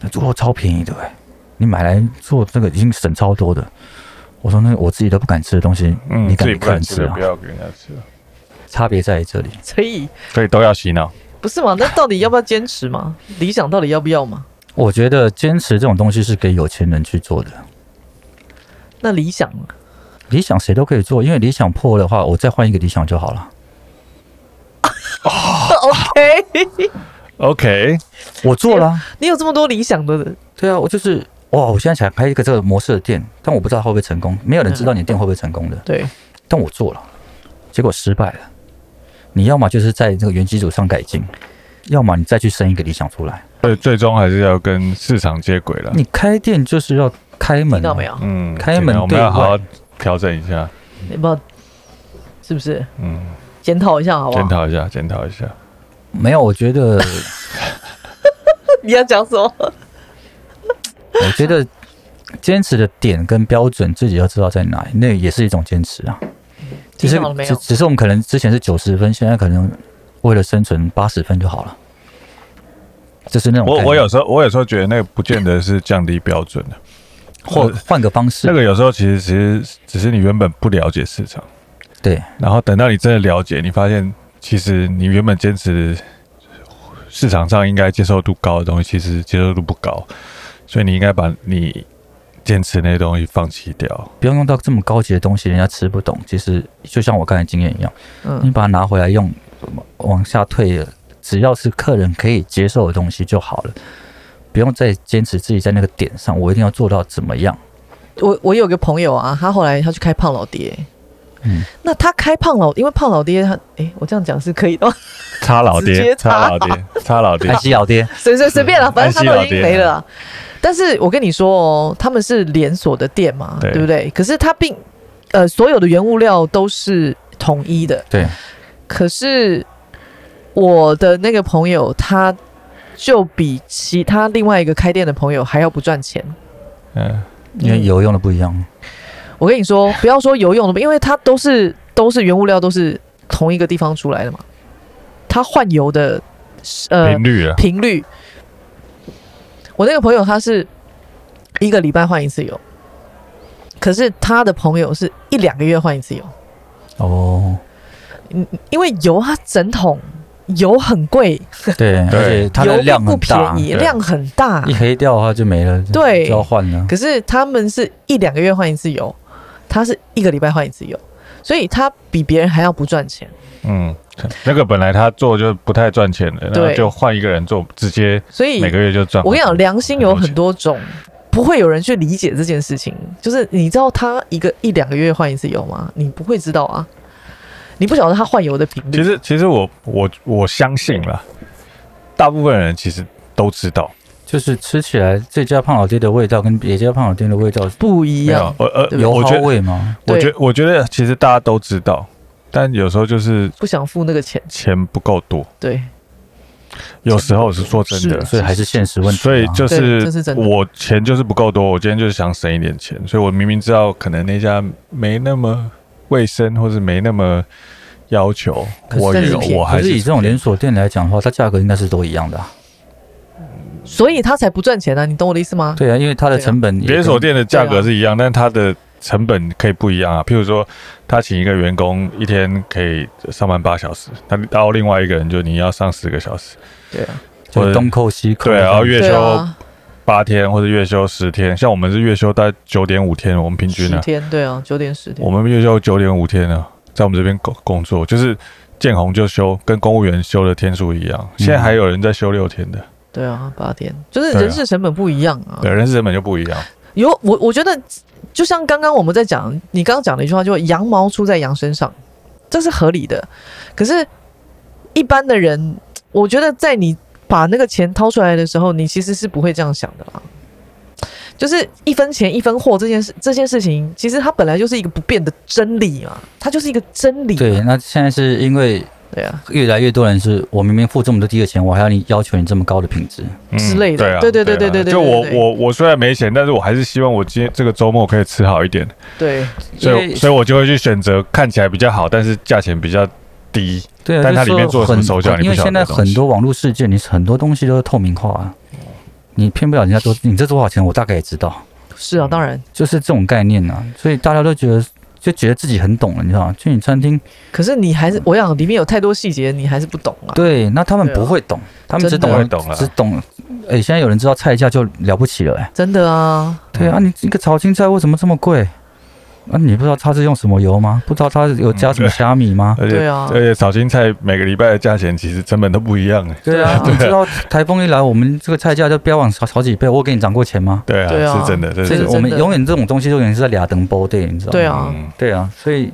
那猪肉超便宜的、哎，你买来做这个已经省超多的。”我说：“那我自己都不敢吃的东西，嗯，你自敢己给不客敢人吃吃的啊不？要给人家吃，差别在于这里。所以所以都要洗脑。不是嘛？那到底要不要坚持嘛？理想到底要不要嘛？我觉得坚持这种东西是给有钱人去做的，那理想啊呢理想谁都可以做，因为理想破的话，我再换一个理想就好了。 ？OK， OK，我做了啊、你有这么多理想的，对啊，我就是哇，我现在想开一个这个模式的店，但我不知道会不会成功，没有人知道你的店会不会成功的。对，但我做了，结果失败了。你要么就是在这个原基础上改进，要么你再去生一个理想出来。最最终还是要跟市场接轨了。你开店就是要开门，啊嗯听到没？有？嗯，开门尽量我们对要好好外调整一下，你不，是不是嗯，检讨一下好不检啊好？讨一下，检讨一下。没有，我觉得 你要讲什么？我觉得坚持的点跟标准自己要知道在哪里，那也是一种坚持啊。只是听到了没只有只是我们可能之前是九十分，现在可能为了生存八十分就好了。就是那种我概念我有时候我有时候觉得那个不见得是降低标准的，或换个方式，那个有时候其实其实只是你原本不了解市场，对然后等到你真的了解，你发现其实你原本坚持市场上应该接受度高的东西，其实接受度不高，所以你应该把你坚持那些东西放弃掉。不要用到这么高级的东西，人家吃不懂。其实就像我刚才经验一样，你嗯把它拿回来用，往下退，只要是客人可以接受的东西就好了，不用再坚持自己在那个点上，我一定要做到怎么样。我我有个朋友啊，他后来他去开胖老爹。嗯那他开胖老，因为胖老爹他，诶，我这样讲是可以的吗，差老直爹，接差插老爹，差老爹爱，西老爹，随 随随便了，反正他安都啊西老已经爹没了啦。但是我跟你说哦，他们是连锁的店嘛，对对不对？可是他并呃所有的原物料都是统一的，对，可是我的那个朋友，他就比其他另外一个开店的朋友还要不赚钱。哎嗯，因为油用的不一样。我跟你 说，不要说游泳的，因为它都是都是原物料，都是同一个地方出来的嘛。它换油的呃频率啊，频率，我那个朋友他是一个礼拜换一次油，可是他的朋友是一两个月换一次油，哦，因为油它整桶油很贵，对， 而且它油的并量不很便大，宜，对量很大一。黑掉的话就没了，就对就要换了。可是他们是一两个月换一次油，他是一个礼拜换一次油，所以他比别人还要不赚钱。嗯，那个本来他做就不太赚钱的，然后对就换一个人做，直接所以每个月就赚。我跟你讲，良心有很多种，不会有人去理解这件事情。就是你知道他一个一两个月换一次油吗？你不会知道啊，你不晓得他换油的频率。其实，其实我我我相信啦，大部分人其实都知道，就是吃起来这家胖老爹的味道跟别家胖老爹的味道不一没有样，，我呃，油我觉耗得，味吗？我对觉得，我觉得其实大家都知道，但有时候就是不想付那个钱。钱不够多，对，有时候是说真的，所以还是现实问题啊。所以就对是这是真的我钱就是不够多，我今天就是想省一点钱，所以我明明知道可能那家没那么卫生，或是没那么要求，可是我但也是便宜我可还是以这种连连锁店来讲的话，它价格应该是都一样的、啊。所以他才不赚钱啊，你懂我的意思吗？对啊，因为它的对啊成本也连锁跟店的价对格啊是一样，但它的成本可以不一样啊。譬如说，他请一个员工一天可以上班八小时，那到另外一个人就你要上十个小时，对啊，就或者是东扣西扣这对样，啊，然后月对休啊，八天或者月休十天，像我们是月休大概九点五天，我们平均十呢、天，对啊，九点十天我，们月休九点五天呢、在我们这边工工作就是见红就休，跟公务员休的天数一嗯样。现在还有人在休六天的，对啊，八天，就是对啊人事成本不一样啊。对，人事成本就不一样。有我，我觉得就像刚刚我们在讲，你刚刚讲的一句话，就羊毛出在羊身上，这是合理的。可是，一般的人，我觉得在你把那个钱掏出来的时候，你其实是不会这样想的啦。就是一分钱一分货这件事，这件事情其实它本来就是一个不变的真理嘛，它就是一个真理嘛。对，那现在是因为对啊，越来越多人是我明明付这么多低的钱，我还要你要求你这么高的品质，嗯之类的对啊，对对对啊对对对就对我对对我我虽然没钱，但是我还是希望我今天这个周末可以吃好一点，对，所因以为所以我就会去选择看起来比较好，但是价钱比较低。对啊，但就它是里面说做什么很手脚你因不为晓得现在的东西很多网络事件，你很多东西都是透明化啊，你骗不了人家多，你这多少钱我大概也知道，是啊，当然。就是这种概念啊，所以大家都觉得就觉得自己很懂了，你知道吗？去你餐厅，可是你还是，我想里面有太多细节，你还是不懂啊。对，那他们对啊不会懂，他们只真的懂不会懂了只懂，哎，现在有人知道菜价就了不起了，哎。真的啊，对啊，你这个炒青菜为什么这么贵？啊，你不知道它是用什么油吗？不知道它有加什么虾米吗？而且、对啊而且炒青菜每个礼拜的价钱其实成本都不一样哎。对啊，对你知道台风一来，我们这个菜价就飙涨好好几倍。我给你涨过钱吗？对啊，对啊是真的，这所以是真的我们永远这种东西永远是在俩灯包对，你知道吗？对啊嗯对啊，所以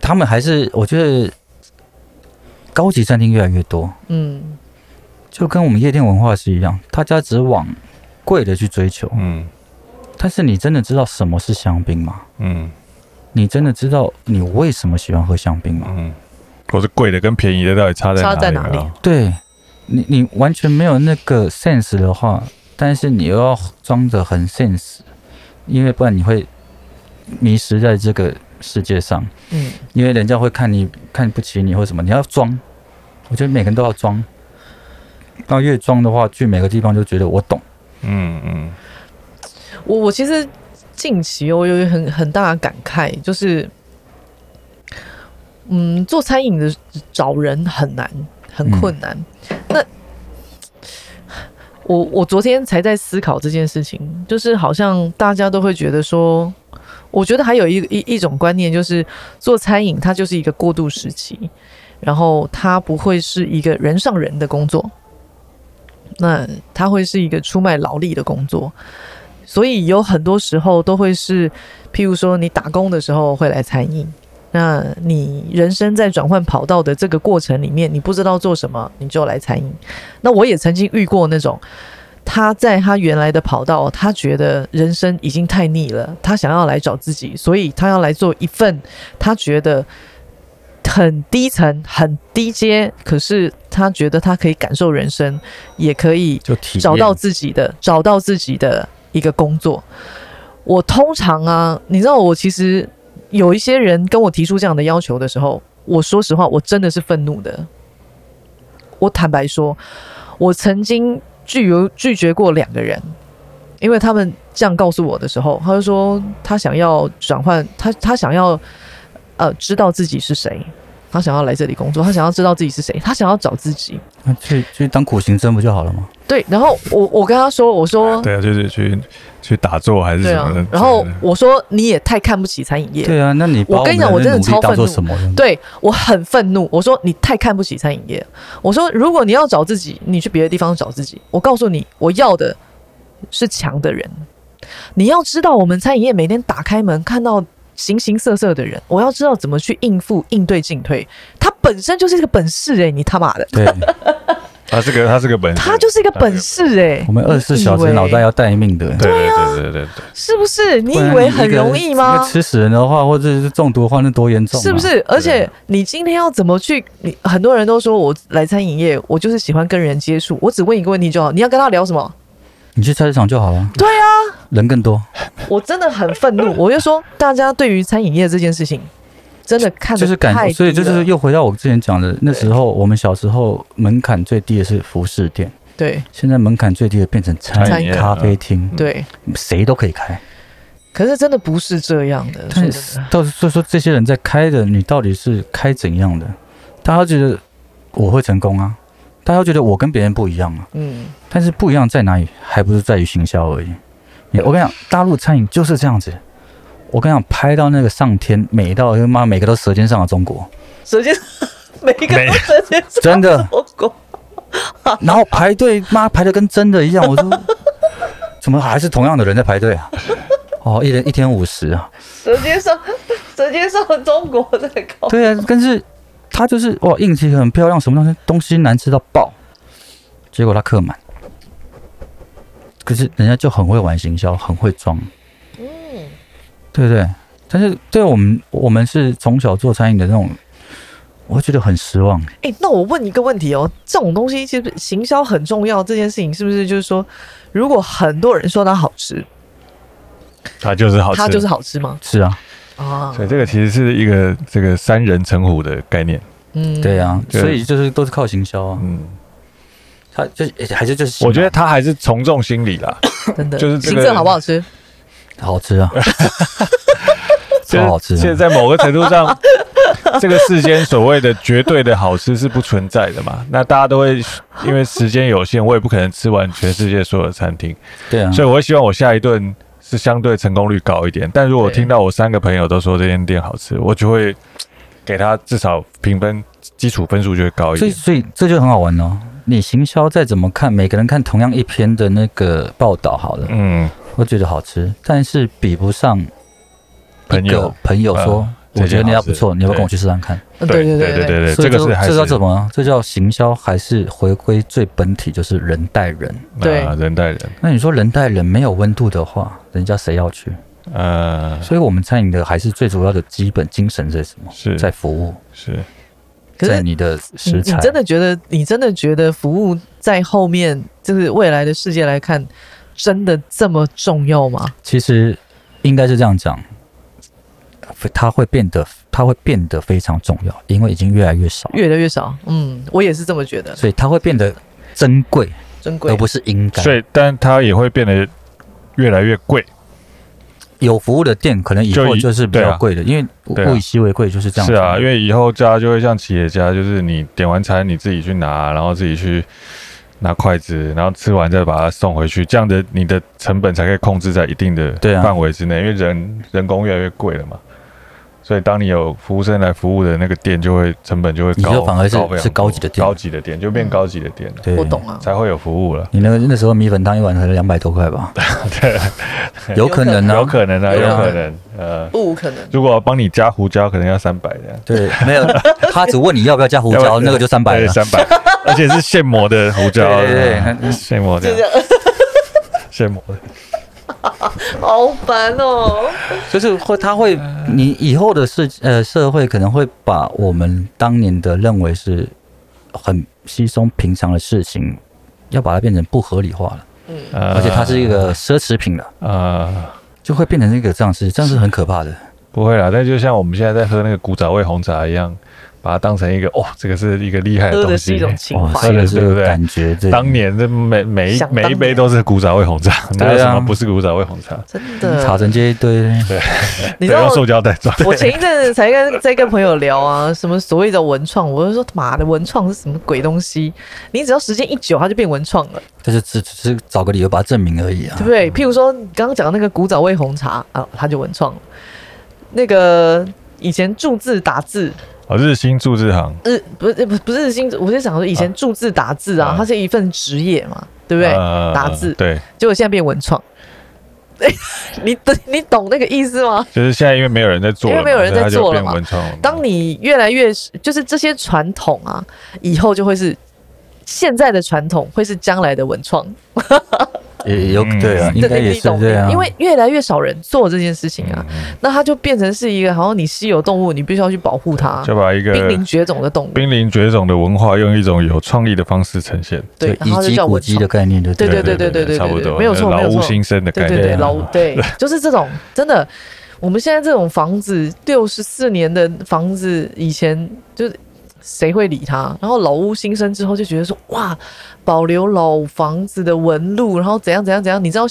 他们还是我觉得高级餐厅越来越多，嗯，就跟我们夜店文化是一样，大家只往贵的去追求。嗯但是你真的知道什么是香槟吗？嗯你真的知道你为嗯什么喜欢喝香槟吗？嗯，我是贵的跟便宜的到底差在差在哪哪里啊？对，你你完全没有那个 sense 的话，但是你又要装着很 sense，因为不然你会迷失在这个世界上，嗯，因为人家会看你看不起你或什么，你要装。我觉得每个人都要装，那越装的话，去每个地方就觉得我懂。嗯嗯，我我其实近期哦我有一个很很大的感慨，就是，嗯，做餐饮的找人很难，很困难。那我我昨天才在思考这件事情，就是好像大家都会觉得说，我觉得还有一一一种观念就是，做餐饮它就是一个过渡时期，然后它不会是一个人上人的工作，那它会是一个出卖劳力的工作。所以有很多时候都会是，譬如说你打工的时候会来餐饮，那你人生在转换跑道的这个过程里面，你不知道做什么，你就来餐饮。那我也曾经遇过那种，他在他原来的跑道，他觉得人生已经太腻了，他想要来找自己，所以他要来做一份他觉得。很低层、很低阶，可是他觉得他可以感受人生，也可以就体验找到自己的，找到自己的一个工作。我通常啊，你知道，我其实有一些人跟我提出这样的要求的时候，我说实话，我真的是愤怒的。我坦白说，我曾经拒有拒绝过两个人，因为他们这样告诉我的时候，他就说他想要转换，他他想要呃知道自己是谁，他想要来这里工作，他想要知道自己是谁，他想要找自己。那去去当苦行僧不就好了吗？对，然后我我跟他说，我说对啊，就是去去打坐还是对什么啊的。，然后我说你也太看不起餐饮业。对啊，那你把我跟你们讲我真的努力超当愤做怒什么 用？对我很愤怒，我说你太看不起餐饮业。我说如果你要找自己，你去别的地方找自己。我告诉你，我要的是强的人。你要知道，我们餐饮业每天打开门看到形形色色的人，我要知道怎么去应付、应对、进退。它本身就是一个本事诶、你他妈的，对，他是个他是个本事，它就是一个本事欸诶、我们二十四小时脑袋要待命 的。对啊对对对对对，是不是？你不然以为很容啊易一吗个？吃死人的话，或者是中毒的话，那多严重、啊？是不？是？而且你今天要怎么去？你很多人都说我来餐饮业，我就是喜欢跟人接触。我只问一个问题就好，你要跟他聊什么？你去菜市场就好了。对啊，人更多，我真的很愤 怒，我就说大家对于餐饮业这件事情真的看得就是太低感，了所以就是又回到我之前讲的，那时候我们小时候门槛最低的是服饰店，对现在门槛最低的变成餐餐饮饮咖啡厅，对，谁都可以开。可是真的不是这样的。说但真是的，到所以说这些人在开的，你到底是开怎样的？大家觉得我会成功啊，大家觉得我跟别人不一样啊，嗯，但是不一样在哪里？还不是在于行销而已。你我跟你讲，大陆餐饮就是这样子。我跟你讲，拍到那个上天，每到他妈每个都舌尖上的中国，首 先每一个 没都舌尖上真 的有过然后排队妈排的跟真的一样，我说怎么还是同样的人在排队啊？哦，一人一天五十啊，舌尖上，舌尖 上的中国在搞。对啊，但是他就是哇，硬体很漂亮，什么东西东西难吃到爆，结果他客满。可是人家就很会玩行销，很会装，对不对？但是对我们，我们是从小做餐饮的那种，我会觉得很失望。哎、那我问一个问题哦，这种东西其实行销很重要，这件事情是不是就是说，如果很多人说它好吃，他就是好吃，它就是好吃吗？是啊，啊所，以这个其实是一个这个三人成虎的概念。嗯，对啊，对所以就是都是靠行销啊。嗯，他就还是就是，我觉得他还是从众心理啦，真的，就是这行个政好不好吃？好吃 啊，就超是好吃、现啊。在某个程度上，这个世间所谓的绝对的好吃是不存在的嘛。那大家都会因为时间有限，我也不可能吃完全世界所有的餐厅，对啊，所以我会希望我下一顿是相对成功率高一点。但如果我对听到我三个朋友都说这间店好吃，我就会给他至少评分基础分数就会高一所以点。所以这就很好玩哦。你行销再怎么看，每个人看同样一篇的那个报道好了，嗯，我觉得好吃，但是比不上一朋个友朋友说，嗯我觉得那家这件好吃不错，你要不要对跟我去试试看？嗯对对对，对对，所以这个是就还这是叫什么？这叫行销还是回归最本体，就是人带人。对啊人带人，那你说人带人没有温度的话，人家谁要去？呃，所以我们餐饮的还是最主要的基本精神是什么？是在服务。是可是在你的嗯你食你材，真的觉得，你真的觉得服务在后面，就是未来的世界来看，真的这么重要吗？其实应该是这样讲，它会变得它会变得非常重要，因为已经越来越少，越来越少，嗯，我也是这么觉得，所以它会变得珍贵，珍贵而。不是应该。所以但它也会变得越来越贵。有服务的店可能以就后以就是比对较啊贵的，因为对啊物以稀为贵就是这样是子。啊，因为以后家就会像企业家，就是你点完餐你自己去拿，然后自己去拿筷子，然后吃完再把它送回去，这样的你的成本才可以控制在一定的对啊范围之内，因为人人工越来越贵了嘛。所以，当你有服务生来服务的那个店，就会成本就会你高，就反而是高非常是多高级的店高级的店就变高级的店了，对我懂啊，才会有服务了。你那个那时候米粉汤一碗才两百多块吧？有可能啊，有可能啊，对有啊可能，呃，不无可能。如果帮你加胡椒，可能要三百的。对，没有，他只问你要不要加胡 椒，那个就三百了。三 百，而且是现磨的胡椒，对对对嗯现磨就这的，样，现磨的，好烦哦！就是会，他会，你以后的世呃社会可能会把我们当年的认为是很稀松平常的事情，要把它变成不合理化了，呃而且它是一个奢侈品了，呃，就会变成一个这样子，这样是很可怕的。不会啦，但就像我们现在在喝那个古早味红茶一样，把它当成一个哦，这个是一个厉害喝的的东是一西。哦种情哇，怀这个是的对哦不是对感觉这当年这每每一想当每年一杯都是古早味红茶，对啊哪有什么不是古早味红茶？真茶的，城街一堆，你知对道用塑胶袋装。我前一阵子才跟在跟朋友聊啊，什么所谓的文创，我就说妈的文创是什么鬼东西？你只要时间一久，它就变文创了，这就只只是找个理由把它证明而已啊对。不对？譬如说你刚刚讲的那个古早味红茶啊，它就文创了。那个以前注字打字， 哦，日新注字行，日不是不不是日新，我就想说以前注字打字啊啊，它是一份职业嘛，对不对？呃打字，对，结果现在变文创。 你懂你懂那个意思吗？就是现在因为没有人在做了嘛，因为没有人在所以它就做了变嘛文创了嘛。当你越来越就是这些传统啊，以后就会是现在的传统会是将来的文创，也有嗯对啊，应该对也你是懂这样，嗯因为越来越少人做这件事情啊，嗯那它就变成是一个好像你稀有动物，你必须要去保护它，就把一个濒临绝种的动物，濒临绝种的文化，用一种有创意的方式呈现。对，然以后它就及叫古文迹创的。概念就对对对对对对对差不多，没有错老没有屋错新生的对概啊对念。对，老对，就是这种真的。我们现在这种房子，六十四年的房子，以前就是谁会理它？然后老屋新生之后，就觉得说哇，保留老房子的纹路，然后怎样怎样怎样，你知道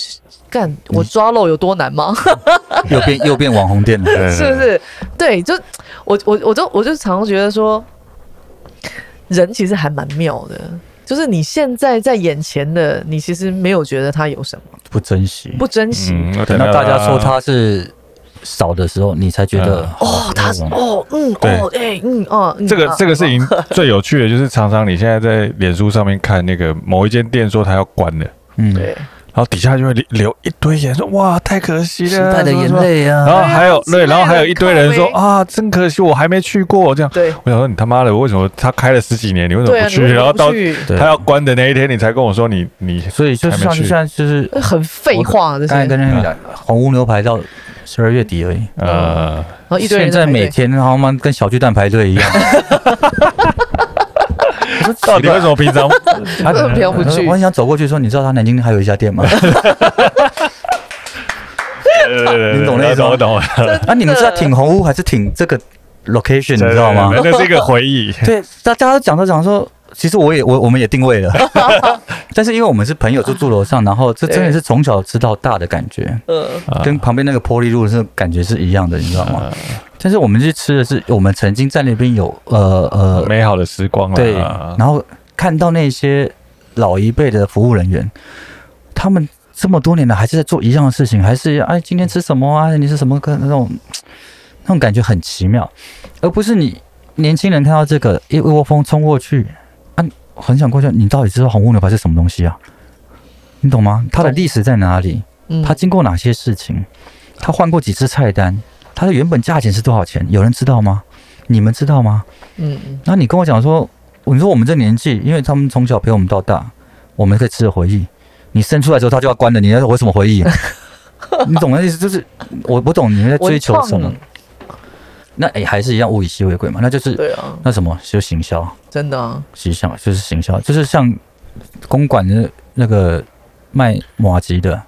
干我抓漏有多难吗？ 又变又变网红店了。对是不？是？对，就我我我就我就常常觉得说，人其实还蛮妙的，就是你现在在眼前的，你其实没有觉得它有什么，不珍惜。不珍惜，嗯，等到大家说它是少的时候，你才觉得嗯哦，他是哦，嗯，对哦，哎、嗯，哦，嗯这个啊这个事情最有趣的就是，常常你现在在脸书上面看那个某一间店说它要关了，嗯，对，然后底下就会留留一堆人说哇太可惜了，时代的什么眼什么。泪然啊，后还有对啊对，然后还有一堆人说很可悲啊真可惜我还没去过这样。对我想说你他妈的为什么他开了十几年你为什对么啊，不你去？为什然么后不到去对他要关的那一天你才跟我说你你所以就是像还没去嗯现在就是很废话这刚些，才跟然人家讲，红屋牛排到十二月底而已。呃后哦一堆人现在排队每天他妈跟小巨蛋排队一样，到底为什么平常他为什么 不要不去我很想走过去说，你知道他南京还有一家店吗？你你懂那我种懂我懂，啊，你们是要挺红屋还是挺这个 location？你知道吗？对对对那是一个回 忆。对，大大家都讲着讲说，其实我也我我们也定位了， 但是因为我们是朋友就住楼上，然后这真的是从小吃到大的感觉，呃，啊跟旁边那个玻璃路的那种感觉是一样的，你知道吗？但是我们去吃的是我们曾经在那边有呃呃美好的时光啦对，啊然后看到那些老一辈的服务人员，他们这么多年了还是在做一样的事情，还是哎今天吃什么啊？你是什么跟那种那种感觉很奇妙，而不是你年轻人看到这个一窝蜂冲过去啊，很想过去，你到底知道红屋牛排是什么东西啊？你懂吗？它的懂历史在哪里？嗯它经过哪些事情？它换过几次菜单？它的原本价钱是多少钱？有人知道吗？你们知道吗？嗯嗯那你跟我讲说，你说我们这年纪，因为他们从小陪我们到大，我们可以吃的回忆，你生出来之后他就要关了，你要有什么回 啊忆？你懂的意思就是，我不懂你在追求什么文。那也还是一样物以稀为贵嘛，那就是对啊，那什么就行销，真的啊，形象就是行销，就是像公馆的那个卖马吉的，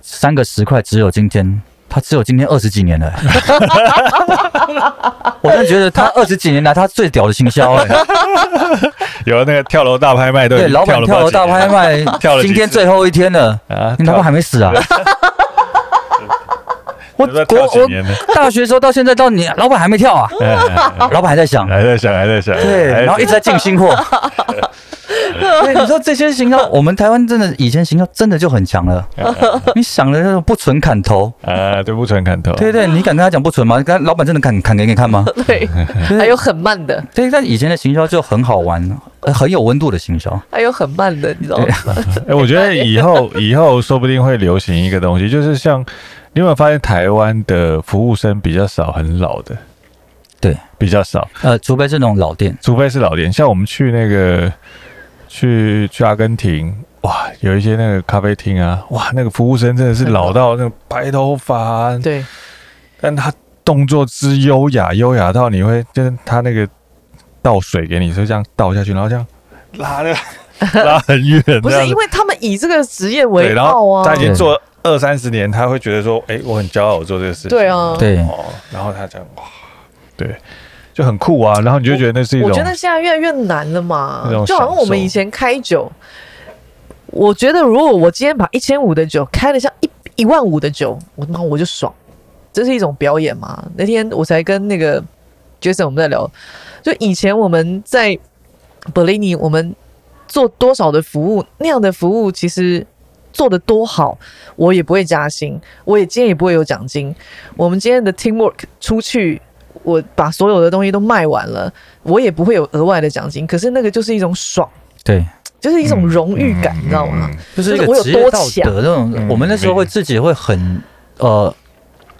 三个十块只有今天，他只有今天二十几年了。 我真的觉得他二十几年来他最屌的行销哎、有那个跳楼大拍卖，对，老板了跳不楼知道大几拍年卖跳，了几今天次最后一天了，啊，你老跳板还没死 啊？我不知道国跳几我年了，大学时候到现在到你老板还没跳啊， 哎哎 哎老板还在想，还在想，还在想，对，还在然后一直在进新 货。对，你说这些行销，我们台湾真的以前行销真的就很强哎了。你想的那种不存砍头，啊，对不纯砍头，对对，你敢跟他讲不存吗？跟他老板真的砍砍给你看 吗？对，还有很慢的，对，但以前的行销就很好玩，呃很有温度的行销。还有很慢的，你知道吗？哎，我觉得以后以后说不定会流行一个东西，就是像你有没有发现台湾的服务生比较少，很老的对，比较少，呃，除非是那种老店，除非是老店，像我们去那个去去阿根廷，哇，有一些那个咖啡厅啊，哇，那个服务生真的是老到那个白头发啊，对，但他动作之优雅，优雅到你会就是他那个倒水给你，就这样倒下去，然后这样拉那 个拉很远，不这是样子因为他们以这个职业对，为然傲后啊他已，经做二三十年，他会觉得说，哎、我很骄傲，我做这个事情，对啊，对，哦，然后他这样哇，对，就很酷啊，然后你就觉得那是一我种觉得现在越来越难了嘛那种，就好像我们以前开酒，我觉得如果我今天把一千五的酒开的像一一万五的酒，我他妈我就爽，这是一种表演嘛。那天我才跟那个 Jason 我们在聊，就以前我们在 b e l i n i 我们做多少的服务，那样的服务其实做的多好，我也不会加薪，我也今天也不会有奖金。我们今天的 teamwork 出去，我把所有的东西都卖完了，我也不会有额外的奖金。可是那个就是一种爽，对，就是一种荣誉感，嗯你知道吗？嗯嗯就是一就是我个有职业多道强德那种。嗯我们那时候会自己会很呃，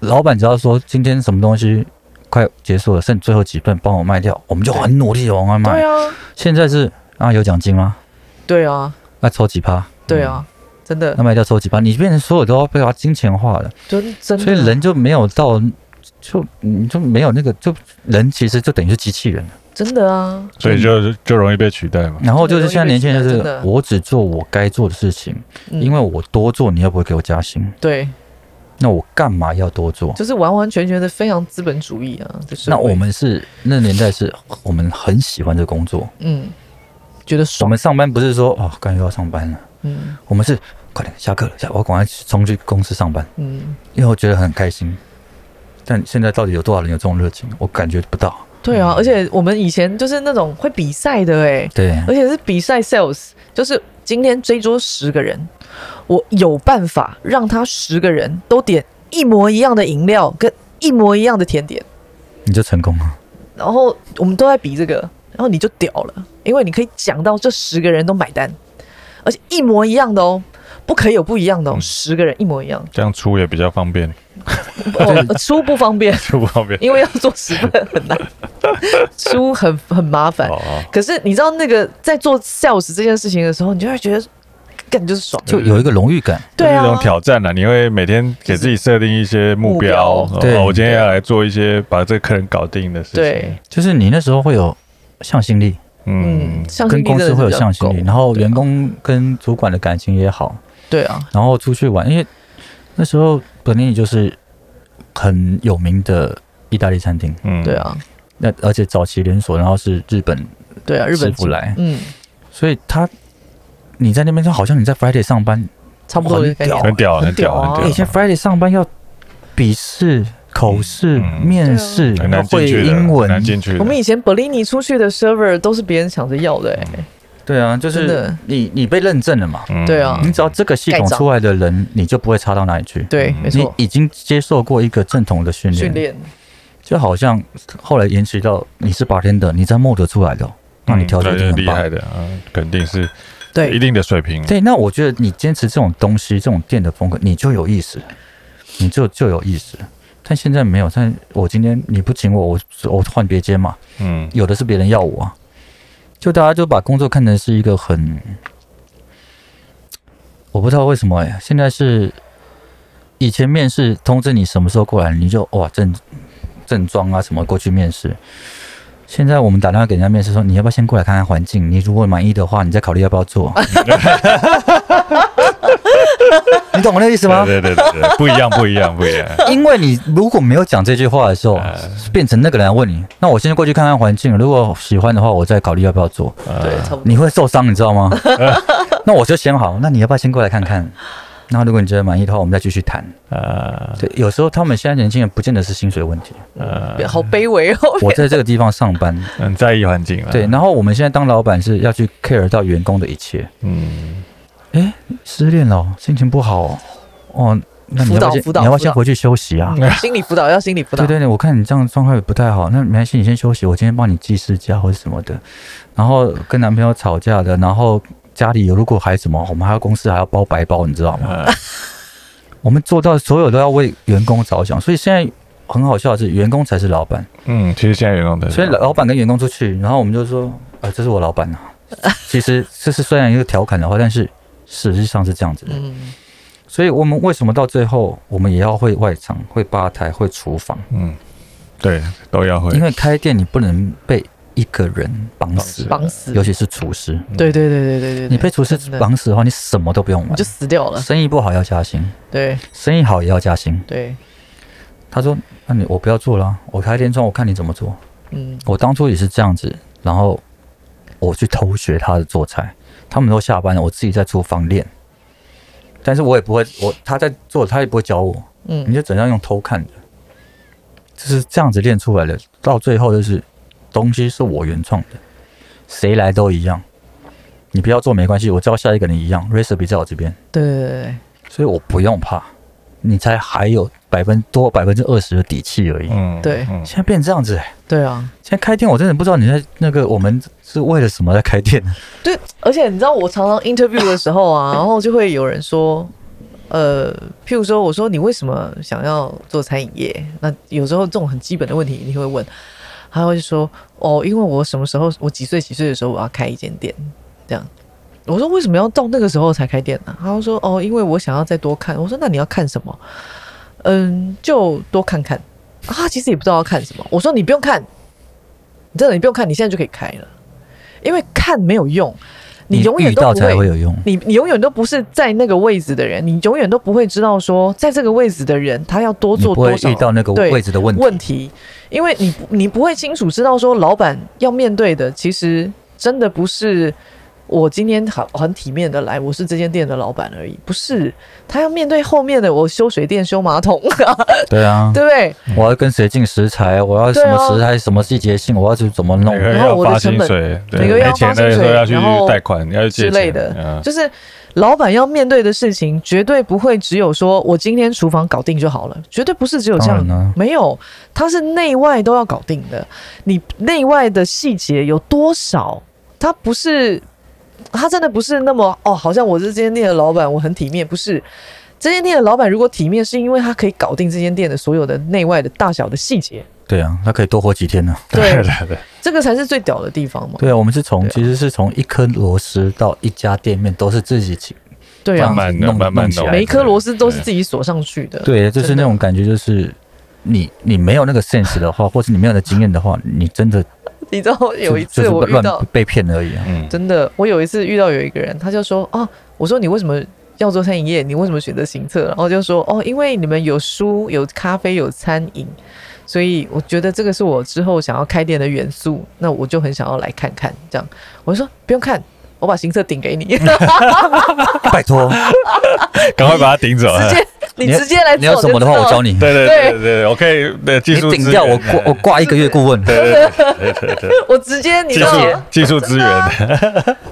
老板只要说今天什么东西快结束了，剩最后几份帮我卖掉，我们就很努力的往外对卖。啊，现在是啊有奖金吗？对啊，那抽几趴？对嗯啊，真的那，卖掉抽几趴？你变成所有都要被它金钱化了，真真的，所以人就没有到。就你就没有那个，就人其实就等于是机器人了。真的啊，所以就就容易被取代嘛。然后就是现在年轻人就啊真是的我只做我该做的事情，嗯因为我多做你又不会给我加薪，对，那我干嘛要多做？就是完完全全的非常资本主义啊，就是那我们是那年代是我们很喜欢这个工作，嗯，觉得我爽，们上班不是说哦，感觉要上班了，嗯我们是快点下课了，下我赶快冲去公司上班，嗯，因为我觉得很开心。但现在到底有多少人有这种热情？我感觉不到。对嗯啊，而且我们以前就是那种会比赛的哎、对，而且是比赛 sales，就是今天追逐十个人，我有办法让他十个人都点一模一样的饮料跟一模一样的甜点，你就成功了。然后我们都在比这个，然后你就屌了，因为你可以讲到这十个人都买单，而且一模一样的哦。不可以有不一样的哦，十个人一模一样，这样出也比较方便， 哦，出不方便，出不方便。因为要做十份很难， 出很很麻烦。哦哦，可是你知道那个在做 sales 这件事情的时候，你就会觉得，感就是爽，就有一个荣誉感，对就是一啊种，挑战了、你会每天给自己设定一些目标，目标对哦，我今天要来做一些把这个客人搞定的事情。对，就是你那时候会有向心力，嗯嗯，，向心跟力公真的司是会有比较向心力，够啊然后员工跟主管的感情也好，对啊，然后出去玩，因为那时候本尼就是很有名的意大利餐厅。嗯对，啊，那而且早期连锁，然后是日本对啊，日师本傅来，嗯，所以他你在那边就好像你在 Friday 上班，差不多的概念很很屌，很屌，很屌啊以很前屌。 Friday 上班要笔试、口试、嗯啊面试，很要难进会去的，英很文难，进去的。我们以前 Bellini 出去的 server 都是别人抢着要的、欸，对啊，就真是的你你被认证了嘛，嗯对啊你只要这个系统盖章出来的人，你就不会差到哪里去。对，没你错，已经接受过一个正统的训训练，练，就好像后来延迟到你是 bartender，你在 mod 出来的哦，那你调酒嗯一定对很厉棒。害的，嗯，肯定是一对，定的水平。对，那我觉得你坚持这种东西、这种店的风格，你就有意思，你就就有意思。但现在没有，但我今天你不请我，我我换别间嘛。嗯，有的是别人要我啊，就大家就把工作看成是一个很，我不知道为什么哎、现在是以前面试通知你什么时候过来，你就哇正正装啊什么过去面试。现在我们打电话给人家面试说，你要不要先过来看看环境？你如果满意的话，你再考虑要不要做。 你懂我那意思吗？对对对对，不一样，不一样，不一样。因为你如果没有讲这句话的时候，哎变成那个人问你，那我先过去看看环境，如果喜欢的话，我再考虑要不要做。对，差不多。啊你会受伤，你知道 吗？那我就先好，那你要不要先过来看看？那如果你觉得满意的话，我们再继续谈。呃对，有时候他们现在年轻人不见得是薪水问题，呃，好卑微哦，啊我在这个地方上 班，很在意环境了。对，，然后我们现在当老板是要去 care 到员工的一切。嗯，失恋了哦，心情不好哦，哦，那你要不要先辅导辅导你要不要辅先导回去休息啊？ 心理辅导要心理辅导对。对对，我看你这样状态不太好，那没关系，你先休息，我今天帮你记事假或者什么的。然后跟男朋友吵架的，然后家里有如果还什么，我们还要公司还要包白包，你知道吗？呃我们做到所有都要为员工着想，所以现在很好笑的是，员工才是老板。嗯，其实现在员工的，所以老板跟员工出去，然后我们就说，呃，这是我老板啊。其实这是虽然一个调侃的话，但是实际上是这样子的。嗯，所以我们为什么到最后，我们也要会外场、会吧台、会厨房？嗯，对，都要会因。为开店你不能被一个人绑死，绑死。尤其是厨师。对对对对对嗯对，你被厨师真的绑死的话，你什么都不用你玩就。死掉了。生意不好要加薪，对生意好也要加薪。对，他说：“那你我不要做了，啊我开天窗，我看你怎么做。嗯，我当初也是这样子，然后我去偷学他的做菜，他们都下班了，我自己在厨房练。但是我也不会，我他在做，他也不会教我。嗯你就怎样用偷看的，就是这样子练出来的。到最后就是东西是我原创的，谁来都一样。你不要做没关系，我教下一个人一样，recipe 在我这边，对对对对，所以我不用怕，你才还有百分多百分之二十的底气而已。嗯，对嗯现在变这样子、欸，对啊，现在开店我真的不知道你在那个我们是为了什么在开店。对，而且你知道我常常 interview 的时候 啊，然后就会有人说，呃，譬如说我说你为什么想要做餐饮业？那有时候这种很基本的问题你会问，他会说哦，因为我什么时候我几岁几岁的时候我要开一间店，这样。我说为什么要到那个时候才开店呢、他就说哦，因为我想要再多看。我说那你要看什么？嗯，就多看看啊。其实也不知道要看什么。我说你不用看，你真的你不用看，你现在就可以开了，因为看没有用， 你永远遇都到不才会会。有 用。你你永远都不是在那个位置的人，你永远都不会知道说，在这个位置的人他要多你做不多会少遇到那个对位置的问题，问题，因为你不你不会清楚知道说老板要面对的，其实真的不是我今天好很体面的来，我是这间店的老板而已，不是他要面对后面的我修水电、修马桶，对啊， 对不啊对？我要跟谁进食材，我要什么食材，什么季节性，我要去怎么弄每，个月然后要我的发成薪本水，对每个月要没钱发薪的时候水要去然后贷款，要去借之类钱的，嗯就是老板要面对的事情，绝对不会只有说我今天厨房搞定就好了，绝对不是只有这样当然啊，没有，他是内外都要搞定的。你内外的细节有多少？他不是，他真的不是那么哦，好像我是这间店的老板，我很体面，不是。这间店的老板如果体面，是因为他可以搞定这间店的所有的内外的大小的细节，对啊，他可以多活几天呢、对对，对对，这个才是最屌的地方嘛。对啊，我们是从、对啊其实是从一颗螺丝到一家店面都是自己起，对这啊样慢，慢的弄慢慢弄起弄来每一颗螺丝都是对自己锁上去的。对，就是那种感觉，就是你你没有那个 sense 的话，或是你没有那经验的 话，你真的你知道就有一就次是我遇到乱，被骗而已、 啊。嗯，真的，我有一次遇到有一个人，他就说：“哦，我说你为什么要做餐饮业？你为什么选择行测？”然后就说：“哦，因为你们有书、有咖啡、有餐饮，所以我觉得这个是我之后想要开店的元素，那我就很想要来看看。”这样，我就说：“不用看。”我把行测顶给你，直拜托，赶快把它顶走。啊接 你直接来你要做什么的话，我教你。你。对对对对对对，我可以对技你术顶资掉我源挂我挂一个月顾问，我直接你技知术道吗技术资源，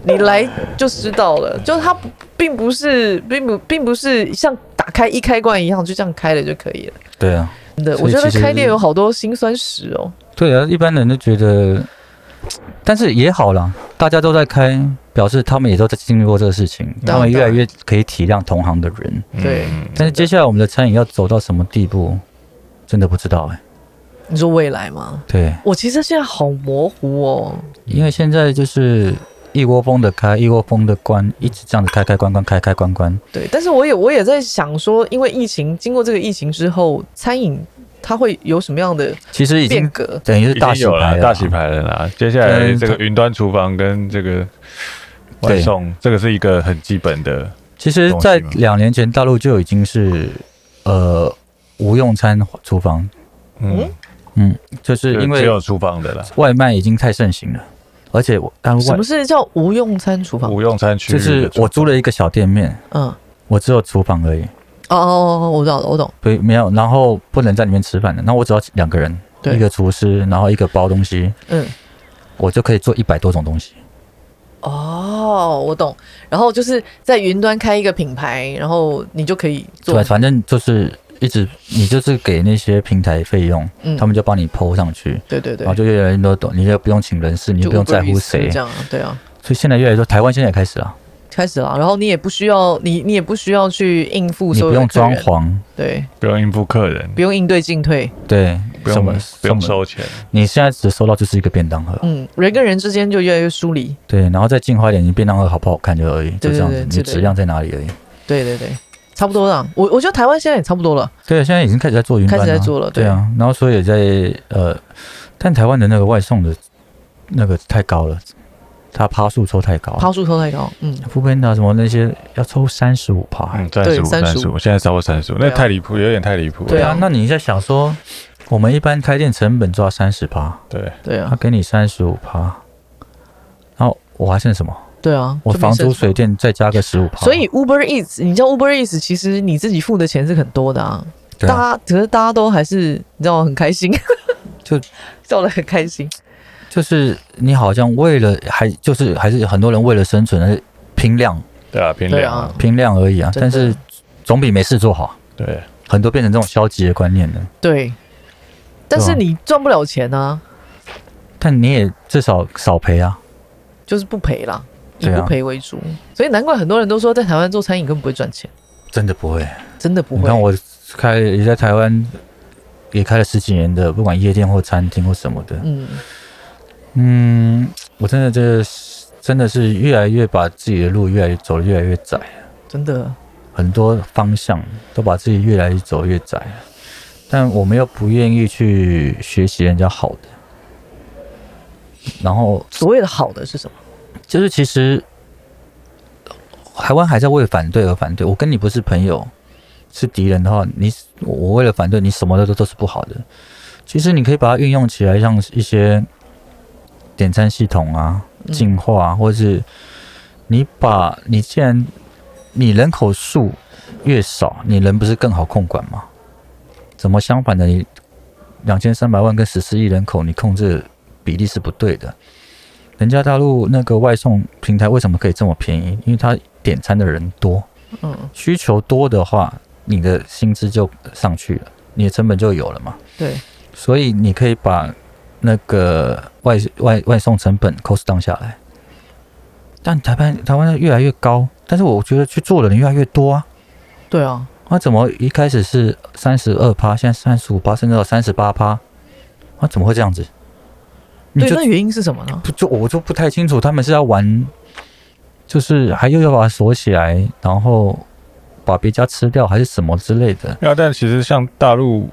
你来就知道了，就它不并不是，并不并不是像打开一开关一样就这样开了就可以了。对啊，真的，所我以觉得其实开店有好多辛酸史哦。对啊，一般人都觉得，但是也好啦，大家都在开，表示他们也都在经历过这个事情，他当们然越来越可以体谅同行的人。对，但是接下来我们的餐饮要走到什么地步，真的不知道哎、你说未来吗？嗯对，我其实现在好模糊哦。因为现在就是一窝蜂的开，一窝蜂的关，一直这样子开开关关，开开关关。对，但是我也我也在想说，因为疫情，经过这个疫情之后，餐饮它会有什么样的其实已变经革？等于是已大经洗有牌了了，大洗。牌了啦。接下来嗯这个它云端厨房跟这个外对送，这个是一个很基本的，其实东，西在吗两年前，大陆就已经是呃无用餐厨房，嗯，就是因就只为有厨房的啦，外卖已经太盛行了，而且我大陆什外么是叫无用餐厨房？无用餐区就域的是我租了一个小店面，嗯，哦我只有厨房而已，哦哦，哦我懂了，我懂。对，没有，然后不能在里面吃饭的，那我只要两个人，对一个厨师，然后一个包东西，嗯，我就可以做一百多种东西。哦，我懂。然后就是在云端开一个品牌，然后你就可以做对，。反正就是一直你就是给那些平台费用，嗯他们就帮你 PO 上去，对对对然后，就越来越多懂，你就不用请人事，你就不用 Uber 在乎 Eats 谁这，样啊，对啊。所以现在越来越多，台湾现在也开始了，开始了，然后你也不需要你你也不需要去应付你所不有的用客装人，潢，对，不用应付客人，不用应对进退，对，不什用么不用什么收钱，你现在只收到就是一个便当盒，嗯，人跟人之间就越来越疏离，对，然后再进化一点，你便当盒好不好看就而已，就对这样子，对对你之类质量在哪里而已。对对对，差不多了。我我觉得台湾现在也差不多了，对，现在已经开始在做云端了，开始在做了对对啊，然后所以也在呃，但台湾的那个外送的那个太高了，它趴数抽太高，趴数抽太高，嗯，富边达什么那些要抽三十五趴。嗯，三十五，对三十35五，现在超过三十五，那对啊太离谱，有点太离谱了，对啊啊，那你在想说，我们一般开店成本抓三十趴，对，对他啊，给你三十五趴，然后我还剩什么？对啊，我就没房租、剩水电再加个十五趴，所以 Uber Eats，你叫 Uber Eats，其实你自己付的钱是很多的啊，对啊大家可是大家都还是你知道很开心，就笑得很开心，就是你好像为了还就是还是很多人为了生存而拼量对啊，偏对凉啊啊，，拼量而已啊，真但的是总比没事做好。对，很多变成这种消极的观念了。对，但啊是你赚不了钱啊，但你也至少少赔啊，就是不赔啦，以对啊不赔为主。所以难怪很多人都说在台湾做餐饮根本不会赚钱，真的不会。真的不你会。看我开也在台湾也开了十几年的，不管夜店或餐厅或什么的，嗯，嗯，我真的这真的是越来越把自己的路越来越走得越来越窄，真的，很多方向都把自己越来越走越窄。但我们又不愿意去学习人家好的，然后所谓的好的是什么？就是其实台湾还在为反对而反对。我跟你不是朋友，是敌人的话，你我我为了反对你，什么的都都是不好的。其实你可以把它运用起来，像一些点餐系统啊、嗯进化、啊，或是你把你既然你人口数越少，你人不是更好控管吗？怎么相反的你？两千三百万跟十四亿人口，你控制的比例是不对的。人家大陆那个外送平台为什么可以这么便宜？因为它点餐的人多，嗯，需求多的话，你的薪资就上去了，你的成本就有了嘛。对，所以你可以把那个外外外送成本 cost down 下来。但台湾台湾越来越高，但是我觉得去做的人越来越多啊。对啊，那、怎么一开始是三十二趴，现在三十五趴，甚至到三十八趴？那、怎么会这样子？你对，就那原因是什么呢？不就我就不太清楚，他们是要玩，就是还又要把它锁起来，然后把别家吃掉，还是什么之类的？对啊，但其实像大陆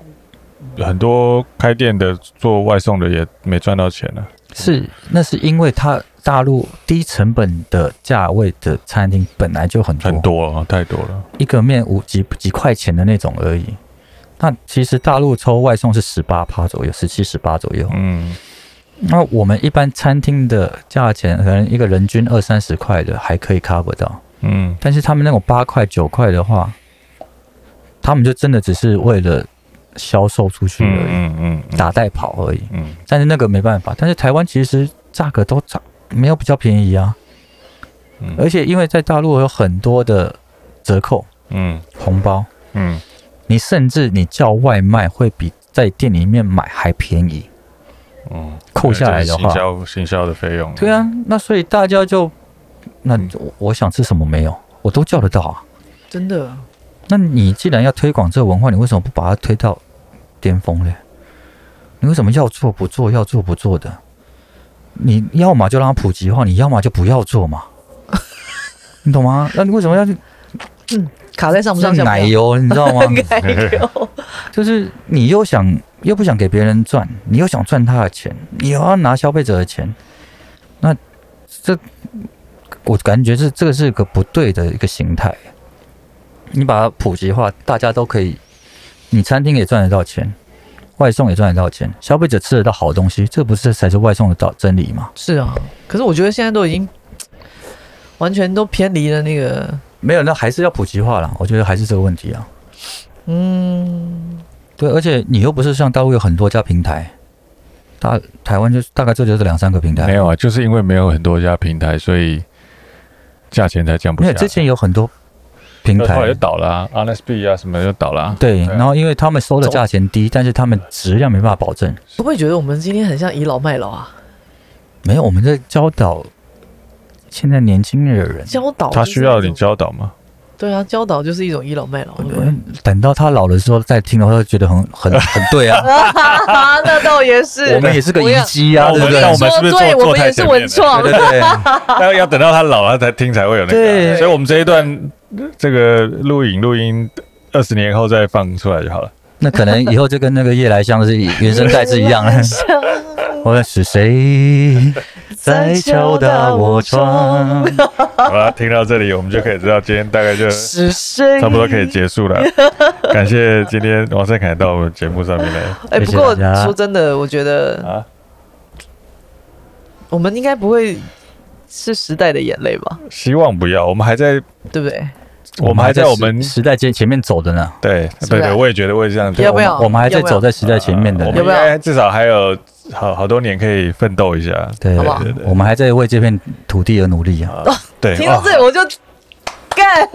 很多开店的做外送的也没赚到钱啊，是那是因为它大陆低成本的价位的餐厅本来就很多，很多啊，太多了，一个面五几几块钱的那种而已。那其实大陆抽外送是十八趴左右，十七十八左右。嗯，那我们一般餐厅的价钱，可能一个人均二三十块的还可以 cover 到。嗯，但是他们那种八块九块的话，他们就真的只是为了销售出去而已，嗯嗯嗯打带跑而已。嗯，但是那个没办法，但是台湾其实价格都涨，没有比较便宜啊。嗯而且因为在大陆有很多的折扣嗯红包，嗯，你甚至你叫外卖会比在店里面买还便宜，嗯，扣下来的行话，销行销的费用，对啊，，那所以大家就那嗯我我想吃什么没有，我都叫得到啊。真的，那你既然要推广这个文化，你为什么不把它推到巅峰嘞？你为什么要做不做，要做不做的？你要么就 让它普及化，你要么就不要做嘛，你懂吗？那你为什么要去？卡在上不上像下不奶上，油，你知道 吗？ 奶油，就是你又想又不想给别人赚，你又想赚他的钱，你又要拿消费者的钱，那这我感觉是这个是个不对的一个形态。你把它普及化，大家都可以，你餐厅也赚得到钱，外送也赚得到钱，消费者吃得到好东西，这不是才是外送的道真理吗？ 是啊。可是我觉得现在都已经完全都偏离了那个，没有，那还是要普及化了。我觉得还是这个问题啊。嗯，对，而且你又不是像大陆有很多家平台，大台湾就大概这就是两三个平台，没有啊，就是因为没有很多家平台，所以价钱才降不没有，下来。之前有很多平那后来台就，倒了啊 h o n e s t b 啊什么就倒了、啊。对，啊然后因为他们收的价钱低，但是他们质量没办法保证。会不会觉得我们今天很像倚老卖老啊？没有，我们在教导现在年轻的人，教导他就是需要一你种，教导吗？对啊，教导就是一种倚老卖老。会不会嗯等到他老的时候再听的话，会觉得很很 很对啊。啊， 那倒也是，我们也是个不遗要迹啊，对我们不对那？我们是不是说对，我做做们太也是前文面了？创对，对对， 要要等到他老了才听才会有那个啊。对所以我们这一段这个录影录音，二十年后再放出来就 好了。那可能以后就跟那个夜来香是原声带是一 样 的。我是谁在敲打我 窗？好了，听到这里我们就可以知道今天大概 就只是差不多可以。结束 了。感谢今天王胜凯到我们节目上面来。 谢哎，不谢过大家说真的，我觉得啊，我们应该不会是时代的眼泪吧，希望不要，我们还在，对不对？我们还在我们时时代前前面走的呢，对是对吧对，我也觉得我也这样觉得。要不要？我们还在要不要走在时代前面的我呢们。要不应要该至少还有好好多年可以奋斗一下。对好不好，我们还在为这片土地而努力啊！对，听到哦这我就干，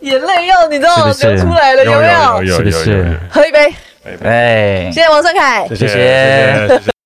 眼泪要你知道是不是流出来了，哦有没有？有有有是不有有是有，喝一杯，哎谢，谢王胜凯。谢谢谢谢谢谢谢谢。